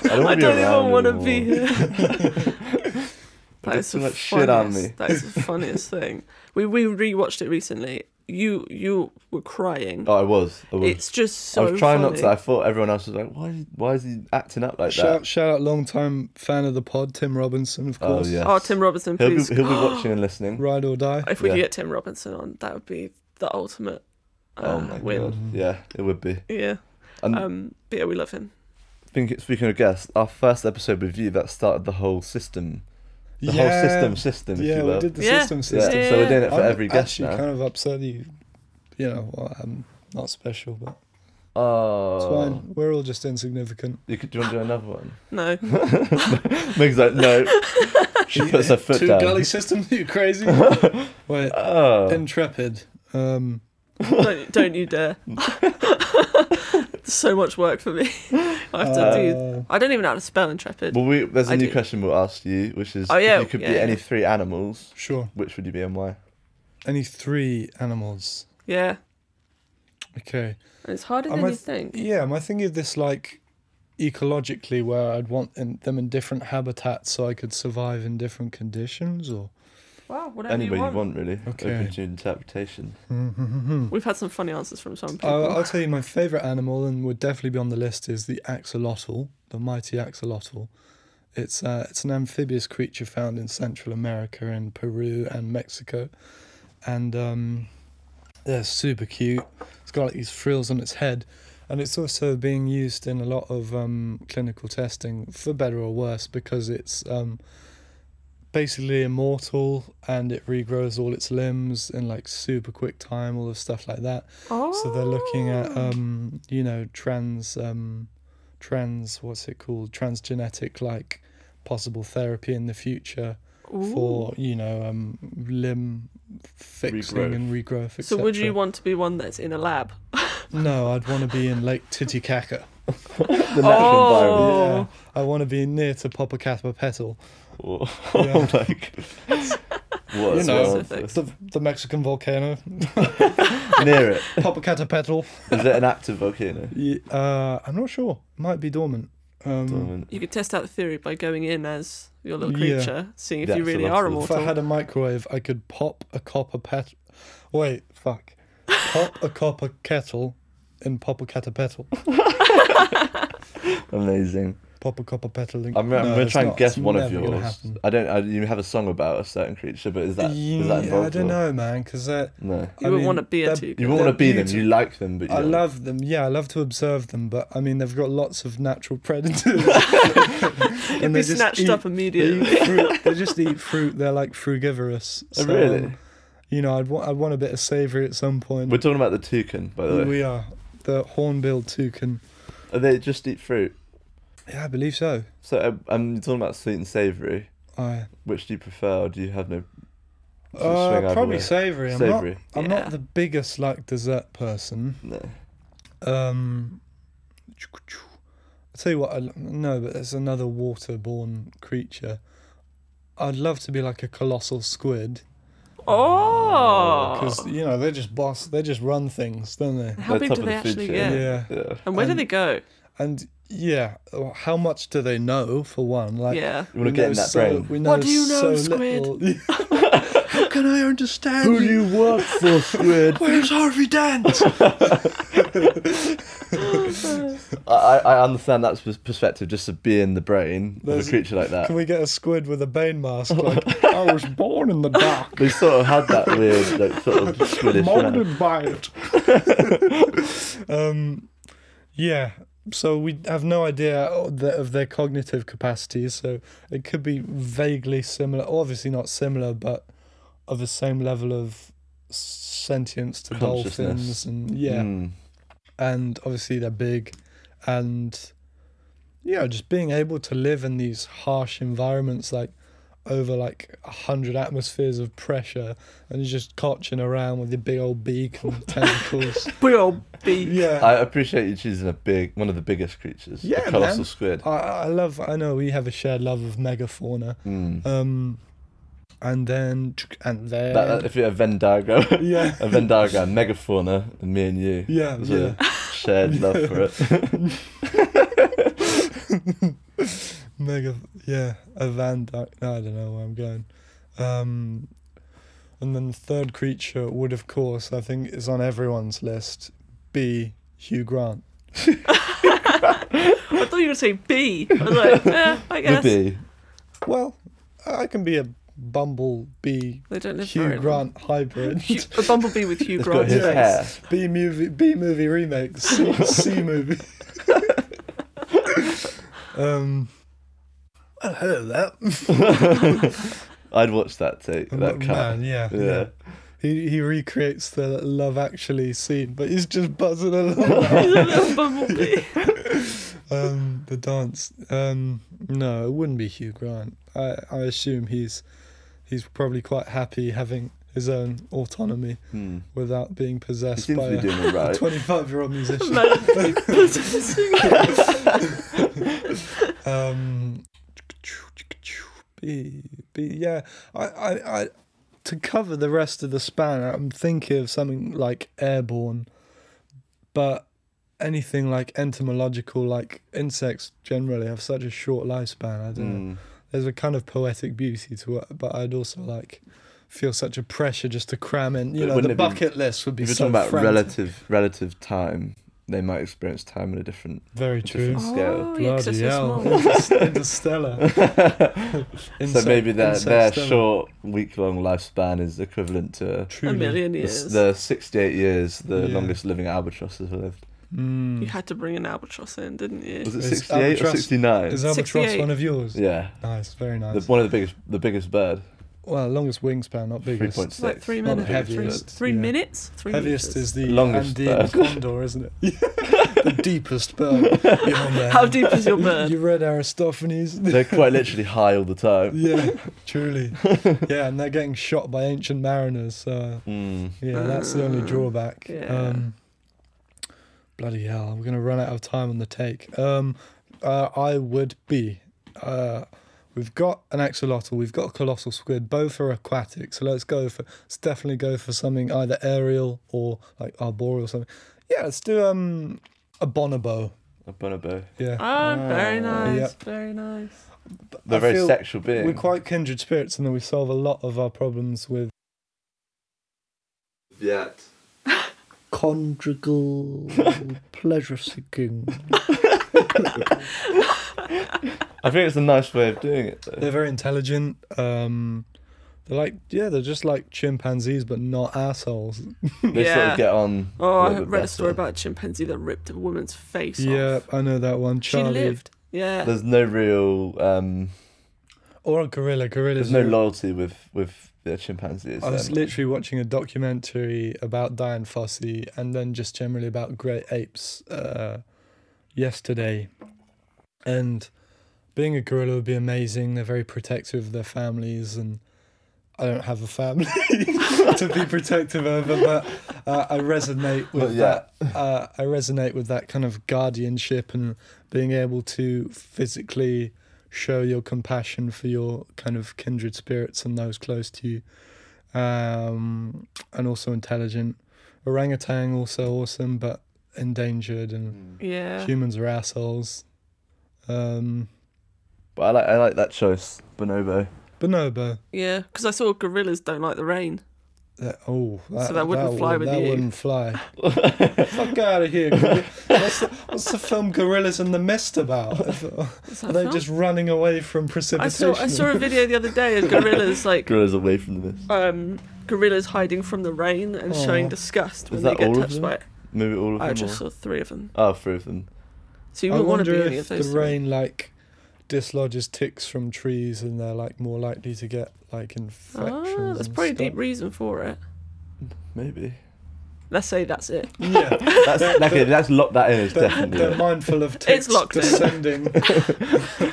S1: don't,
S3: I
S1: wanna be
S3: don't even
S1: around
S3: want to
S1: anymore.
S3: be here.
S1: [LAUGHS]
S3: [LAUGHS] That
S1: did
S3: is
S1: too
S3: the
S1: much shit on
S3: funniest-
S1: me.
S3: That is
S1: [LAUGHS]
S3: the funniest thing. We we rewatched it recently. You you were crying.
S1: Oh, I was. I was.
S3: it's just so.
S1: I was trying
S3: funny.
S1: not to. I thought everyone else was like, "Why? is- Why is he acting up like
S2: shout,
S1: that?"
S2: shout out, long time fan of the pod, Tim Robinson, of
S1: Oh
S2: course.
S1: yeah.
S3: Oh, Tim Robinson,
S1: he'll be
S3: please. [GASPS]
S1: he'll be watching
S2: [GASPS]
S1: and listening.
S2: Ride or die.
S3: If we could
S1: Yeah.
S3: get Tim Robinson on, that would be the ultimate uh,
S1: Oh my
S3: win.
S1: god. Yeah, it would be.
S3: Yeah.
S1: And
S3: Um, but yeah, we love him.
S1: think, speaking of guests, our first episode with you that started the whole system, the
S2: yeah,
S1: whole system system, if
S2: Yeah,
S1: you
S2: we
S1: will.
S2: did the
S3: Yeah.
S2: system
S1: yeah.
S2: system.
S1: So we're doing it for
S2: I'm
S1: every guest
S2: actually
S1: now.
S2: kind of upset that you, you know, well, I'm not special, but
S1: Oh.
S2: it's fine. We're all just insignificant.
S1: You could, do you want to do another
S2: [LAUGHS]
S1: one?
S3: No.
S1: Meg's like, no. she puts her foot
S2: Two
S1: down.
S2: gully systems? [LAUGHS]
S1: [LAUGHS]
S2: You crazy? Wait,
S1: Oh.
S2: intrepid. Um,
S3: don't, don't you
S2: [LAUGHS]
S3: dare. so much work for me. [LAUGHS] I have to do.
S2: uh,
S3: I don't even know how to spell intrepid.
S1: Well, we, there's a
S3: I
S1: new
S3: do.
S1: question we'll ask you, which is
S3: Oh,
S1: if
S3: yeah,
S1: you could
S3: yeah,
S1: be
S3: yeah.
S1: any three animals,
S2: Sure.
S1: which would you be and why?
S2: Any three animals.
S3: Yeah.
S2: Okay.
S3: And it's harder
S2: I
S3: than
S2: might-
S3: you think.
S2: Yeah, my thing is this like ecologically where I'd want in, them in different habitats so I could survive in different conditions or
S3: Wow, whatever
S1: Anyway,
S3: you
S1: you
S3: want.
S1: want, really.
S2: Okay.
S1: Open to
S2: [LAUGHS]
S1: interpretation.
S3: We've had some funny answers from some people.
S2: I'll, I'll tell you my favorite animal and would definitely be on the list is the axolotl, the mighty axolotl. It's uh, it's an amphibious creature found in Central America and Peru and Mexico. and um, they're super cute. It's got like these frills on its head, and it's also being used in a lot of um, clinical testing for better or worse because it's um, basically immortal and it regrows all its limbs in like super quick time, all the stuff like that.
S3: Oh.
S2: So they're looking at um, you know, trans um trans what's it called? Transgenetic like possible therapy in the future for, you know, um limb fixing
S1: Regrowth.
S2: and regrowth.
S3: So would you
S2: etc..
S3: want to be one that's in a lab?
S2: No, I'd want to be in Lake Titicaca. Oh.
S1: The natural environment.
S2: Yeah.
S3: [LAUGHS] Oh.
S2: I want to be near to Popocatépetl.
S1: [LAUGHS] Oh,
S2: Yeah.
S1: like, what?
S2: You know,
S1: well,
S3: Specific.
S2: the the Mexican volcano,
S1: near it.
S2: Popocatépetl.
S1: Is it an active volcano?
S2: Ye- Uh, I'm not sure. Might be dormant. Um,
S1: Dormant.
S3: You could test out the theory by going in as your little
S2: Yeah.
S3: creature, seeing if
S1: That's
S3: you really
S1: a lot
S3: are
S1: of-
S2: If I
S3: immortal.
S2: had a microwave, I could pop a copper pet. Wait, fuck. Pop a copper kettle and pop a catapetl.
S1: Amazing.
S2: Pop a copper petal. And...
S1: I'm, gonna- I'm
S2: No,
S1: gonna
S2: it's
S1: try and
S2: not.
S1: guess
S2: It's
S1: one of
S2: never gonna
S1: yours.
S2: happen.
S1: I don't. I, you have a song about a certain creature, but is that is that
S2: Yeah,
S1: involved?
S2: I don't
S1: or-
S2: know, man, because you
S1: No.
S3: You would want to be a
S1: You
S3: toucan.
S1: want to
S2: They're
S1: be them.
S2: beautiful.
S1: You like them, but you
S2: I
S1: don't.
S2: love them. Yeah, I love to observe them, but I mean, they've got lots of natural
S3: [LAUGHS]
S2: predators. and
S3: Be snatched
S2: eat,
S3: up
S2: They,
S3: immediately.
S2: eat fruit. they just eat fruit. They're like frugivorous.
S1: [LAUGHS] Oh,
S2: So,
S1: really?
S2: um, You know, I'd want, I'd want a bit of savory at some point.
S1: We're talking about the toucan, by the way.
S2: We are the hornbilled toucan.
S1: Are they just eat fruit?
S2: Yeah, I believe so.
S1: So um, I'm talking about sweet and savoury.
S2: I
S1: Which do you prefer, or do you have no? does it swing
S2: uh,
S1: either
S2: probably
S1: way?
S2: savory. I'm
S1: Savoury.
S2: not. I'm
S3: Yeah.
S2: not the biggest like dessert person.
S1: No.
S2: Um, I tell you what. I, l- no, but there's another waterborne creature. I'd love to be like a colossal squid
S3: Oh.
S1: Oh,
S2: because you know they just boss. They just run things, don't they?
S3: How
S1: They're
S3: big
S1: top
S3: do
S1: of
S3: they
S1: the food
S3: actually
S1: chain.
S3: get?
S2: Yeah.
S1: Yeah.
S3: And where do
S2: And-
S3: they go?
S2: And yeah, well, how much do they know for one?
S1: [LAUGHS]
S2: Like,
S3: yeah.
S1: You want
S2: we
S1: to get
S2: know
S1: in that
S2: so,
S1: brain.
S2: We know
S3: What do you
S2: so
S3: know, squid?
S1: [LAUGHS]
S2: little. how can I understand
S1: Who do you work for, Squid?
S2: Where's Harvey Dent?
S1: [LAUGHS] I, I I understand that pers- perspective, just to be in the brain of
S2: There's-
S1: a creature like that.
S2: [LAUGHS] Can we get a squid with a
S1: [LAUGHS]
S2: Bane mask? Like, I was born in the dark,
S1: They sort of had that weird, like, sort
S2: [LAUGHS]
S1: of squiddish. vibe.
S2: molded by
S1: [LAUGHS]
S2: it. um, yeah. So we have no idea of the- of their cognitive capacities. So it could be vaguely similar, obviously not similar, but of the same level of sentience to
S1: Consciousness.
S2: dolphins, and yeah,
S1: Mm.
S2: and obviously they're big, and yeah, just being able to live in these harsh environments, like over like a hundred atmospheres of pressure, and you're just coching around with your big old
S1: [LAUGHS]
S2: beak and tentacles.
S3: Big old bee.
S2: yeah,
S1: I appreciate you choosing a big, one of the biggest creatures,
S2: Yeah,
S1: a colossal
S2: man. Uh,
S1: squid.
S2: I, I love. I know we have a shared love of megafauna,
S1: Mm.
S2: um, and then and then
S1: That- that- if you're a Venn diagram,
S2: [LAUGHS] yeah,
S1: a Venn diagram, megafauna, and me and you.
S2: yeah,
S1: There's
S2: yeah.
S1: a shared
S2: [LAUGHS]
S1: love for it.
S2: Mega, yeah, a Van Dyke. No, I don't know where I'm going. Um, and then the third creature would, of course, I think is on everyone's list, be Hugh Grant.
S3: I thought you were going to say bee. I
S1: [LAUGHS]
S3: was like, eh, I
S1: The
S3: guess.
S1: bee.
S2: Well, I I can be a bumblebee
S3: They don't live
S2: Hugh
S3: very long.
S2: Grant hybrid.
S3: [LAUGHS] Hugh- a bumblebee with Hugh
S1: It's got
S3: Grant.
S1: his
S2: Yeah.
S1: hair.
S2: B movie, B movie remake, [LAUGHS] C, C movie.
S3: [LAUGHS]
S2: um, I heard of that.
S1: [LAUGHS] I'd watch that
S2: [LAUGHS]
S1: take that cat.
S2: Man, yeah,
S1: Yeah.
S2: yeah. He he recreates the Love Actually scene, but he's just
S1: [LAUGHS]
S2: buzzing along.
S3: [LAUGHS] He's a little bumblebee.
S2: um, the dance. Um, no, it wouldn't be Hugh Grant. I, I assume he's he's probably quite happy having his own autonomy
S1: Hmm.
S2: without being
S1: He
S2: possessed
S1: seems
S2: by
S1: to be
S2: a [LAUGHS]
S1: doing all right.
S2: twenty-five-year-old musician.
S3: Imagine possessing it.
S2: um, be, be, yeah, I, I, I, to cover the rest of the span, I'm thinking of something like airborne, but anything like entomological, like insects generally have such a short lifespan. I don't know.
S1: Mm.
S2: There's a kind of poetic beauty to it, but I'd also like feel such a pressure just to cram in. You
S1: But
S2: know,
S1: wouldn't
S2: the
S1: it be-
S2: bucket list would be
S1: If you're
S2: so
S1: talking about
S2: frantic.
S1: relative relative time, they might experience time in a
S2: [LAUGHS]
S1: different. [LAUGHS]
S2: Very true.
S1: difference. Scale.
S3: Oh, yeah, 'cause
S2: Bloody
S3: they're so
S2: hell.
S3: small.
S2: [LAUGHS] Interstellar.
S1: so
S2: Insect-
S1: maybe their their
S2: insect stellar.
S1: short week long lifespan is equivalent to
S3: A
S2: Truly.
S3: million
S1: the,
S3: years.
S1: the sixty eight years the
S2: Yeah.
S1: longest living albatrosses have lived.
S3: You
S2: Mm.
S3: had to bring an albatross in, didn't you?
S1: Was it
S2: It's
S1: sixty eight or
S2: albatross-
S1: sixty nine?
S2: Is albatross
S3: 68.
S2: one of yours?
S1: Yeah,
S2: Nice, very
S1: the,
S2: nice.
S1: one of the biggest the biggest bird.
S2: well, longest wingspan, not
S1: Three
S2: biggest.
S1: point six.
S3: Like three
S2: Not the
S3: minutes. Three,
S2: heaviest,
S3: three
S2: yeah.
S3: minutes? Three
S2: Heaviest
S3: meters.
S2: is the
S1: Longest
S2: Andean
S1: bird.
S2: condor, isn't
S1: [LAUGHS]
S2: it? [LAUGHS] the deepest bird. Yeah, man.
S3: How
S2: [LAUGHS]
S3: deep is your
S2: You-
S3: bird?
S2: You read Aristophanes.
S1: They're quite literally high all the time.
S2: [LAUGHS] yeah,
S1: [LAUGHS]
S2: truly. Yeah, and they're getting shot by ancient mariners. So uh,
S1: Mm.
S2: yeah, that's the only
S3: Ah,
S2: drawback.
S3: yeah.
S2: Um, bloody hell, we're gonna run out of time on the take. Um, uh, I would be. Uh, we've got an axolotl. We've got a colossal squid. Both are aquatic. So let's go for. Let's definitely go for something either aerial or like arboreal or something. Yeah, let's do um a bonobo.
S1: A bonobo.
S2: Yeah.
S3: Oh, very nice,
S2: Ah, Yep.
S3: very nice.
S1: They're
S2: I
S1: very
S2: feel
S1: sexual beings.
S2: We're quite kindred spirits, and then we solve a lot of our problems with
S1: Yet.
S2: [LAUGHS] conjugal pleasure seeking.
S1: I think it's a nice way of doing it though.
S2: They're very intelligent. Um, they're like, yeah, they're just like chimpanzees, but not assholes.
S1: They sort
S3: Yeah.
S1: of get on.
S3: Oh, I
S1: little
S3: read
S1: bit
S3: a story
S1: better.
S3: about a chimpanzee that ripped a woman's face
S2: Yeah,
S3: off.
S2: I know that one.
S3: She
S2: Charlie.
S3: lived. Yeah.
S1: There's no real. Um,
S2: Or a gorilla.
S1: there's
S2: Gorillas.
S1: no
S2: are-
S1: loyalty with with the chimpanzees.
S3: Oh,
S1: um,
S2: I was
S1: then.
S2: literally watching a documentary about Diane Fossey and then just generally about great apes uh, yesterday. And being a gorilla would be amazing. They're very protective of their families, and I don't have a family [LAUGHS] to be protective over, but uh, I resonate
S1: Not
S2: with
S1: yet.
S2: that. Uh, I resonate with that kind of guardianship and being able to physically show your compassion for your kind of kindred spirits and those close to you um, and also intelligent. Orangutan also awesome, but endangered, and
S3: yeah.
S2: humans are assholes. Um,
S1: But I like I like that choice, bonobo.
S2: bonobo.
S3: Yeah. Because I saw gorillas don't like the rain.
S2: That, oh, that,
S3: that wouldn't fly
S2: would-
S3: with
S2: that
S3: you.
S2: wouldn't
S3: [LAUGHS]
S2: fly. Fuck out of here! gorilla. What's the, what's the film Gorillas in the Mist
S3: [LAUGHS]
S2: about?
S3: What's
S2: Are
S3: that
S2: they
S3: from?
S2: just running away from
S3: "Oh." I
S2: precipitation?
S3: saw I saw a video the other day of
S2: [LAUGHS]
S3: gorillas like
S1: Gorillas away from the mist.
S3: um gorillas hiding from the rain and showing
S2: Aw.
S3: disgust when
S1: Is
S3: they
S1: that
S3: get
S1: all of
S3: touched
S1: them?
S3: by it.
S1: Maybe all of
S3: I
S1: them.
S3: just
S1: or-
S3: saw three of them.
S1: Oh, three of them.
S3: So you
S2: I
S3: wouldn't want to
S2: wonder
S3: be any of
S2: if the
S3: those. three.
S2: rain like dislodges ticks from trees, and they're like more likely to get like infections.
S3: Ah, that's
S2: and
S3: probably a
S2: stuff.
S3: deep reason for it. [LAUGHS]
S1: Maybe.
S3: Let's say that's it. [LAUGHS]
S2: Yeah.
S1: That's like that's locked that in. It's
S2: They're,
S1: definitely.
S2: they're
S1: it.
S2: mindful
S3: [LAUGHS]
S2: of ticks
S3: locked
S1: [LAUGHS]
S3: in.
S2: descending.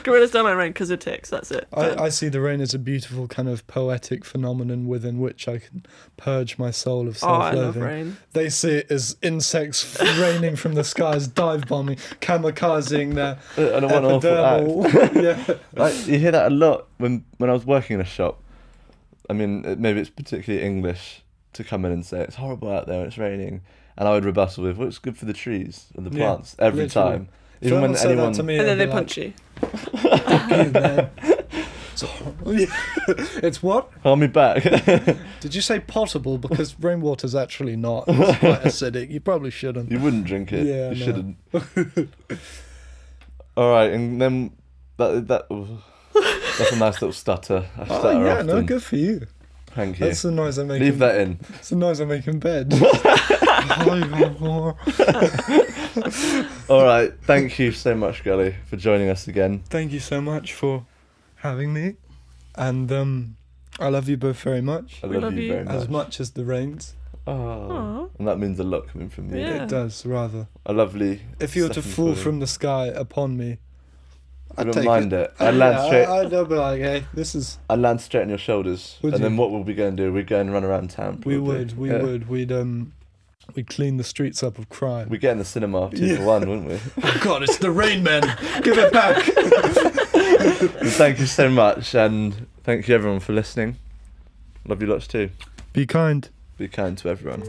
S3: Gorillas don't like rain because of ticks. That's it.
S2: I, I see the rain as a beautiful kind of poetic phenomenon within which I can purge my soul of
S3: oh, I
S2: self-loathing.
S3: love rain.
S2: They see it as insects raining from the skies, dive bombing, kamikazing their
S1: And I want an awful act.
S3: [LAUGHS]
S2: epidermal. [LAUGHS]
S1: [LAUGHS]
S2: yeah.
S1: Like, you hear that a lot when when I was working in a shop. I mean, it- maybe it's particularly English to come in and say it's horrible out there and it's raining, and I would rebuttal with, "Well, it's good for the trees and the
S2: Yeah,
S1: plants every
S2: literally.
S1: time."
S2: If
S1: Even when
S2: said
S1: anyone,
S2: that to me,
S3: And
S2: I'd
S3: then
S2: be
S3: they
S2: like, [LAUGHS]
S3: punch you.
S2: "Fuck you,
S1: [LAUGHS]
S2: man." It's horrible. [LAUGHS] Yeah. It's what?
S1: hold me back.
S2: [LAUGHS] Did you say
S1: [LAUGHS]
S2: potable? Because rainwater's actually not. It's quite acidic. You probably shouldn't.
S1: you wouldn't drink it.
S2: Yeah,
S1: you
S2: no.
S1: shouldn't.
S2: [LAUGHS]
S1: All right, and then that that that's a nice little stutter. I stutter
S2: Oh, yeah,
S1: often.
S2: no, good for you.
S1: Thank you.
S2: That's the noise I make.
S1: Leave
S2: in-
S1: that in.
S2: It's the noise I make
S1: [LAUGHS]
S2: in bed. [LAUGHS]
S1: All right, thank you so much, Gully, for joining us again.
S2: Thank you so much for having me, and um, I love you both very much,
S1: I
S3: We
S1: love,
S3: love
S1: you,
S3: you.
S1: very much.
S2: as much as the rains.
S1: Oh.
S3: Aw.
S1: And that means a lot coming from you.
S3: Yeah.
S2: It does rather.
S1: A lovely.
S2: If you were to
S1: second
S2: fall
S1: feeling.
S2: from the sky upon me,
S1: I
S2: I'd
S1: don't
S2: take
S1: mind it. I'd land
S2: Yeah,
S1: straight.
S2: I, I'd be like, hey, this is.
S1: I'd land straight on your shoulders.
S2: Would
S1: and then
S2: you?
S1: what would we go and do? We'd go and run around town.
S2: We
S1: probably.
S2: would, we
S1: Yeah.
S2: would, we'd um, we'd clean the streets up of crime.
S1: We'd get in the cinema two
S2: Yeah.
S1: for one, wouldn't
S2: [LAUGHS]
S1: we?
S2: oh God, it's the rain men. [LAUGHS] Give it back.
S1: Well, thank you so much, and thank you everyone for listening. Love you lots too.
S2: Be kind.
S1: Be kind to everyone.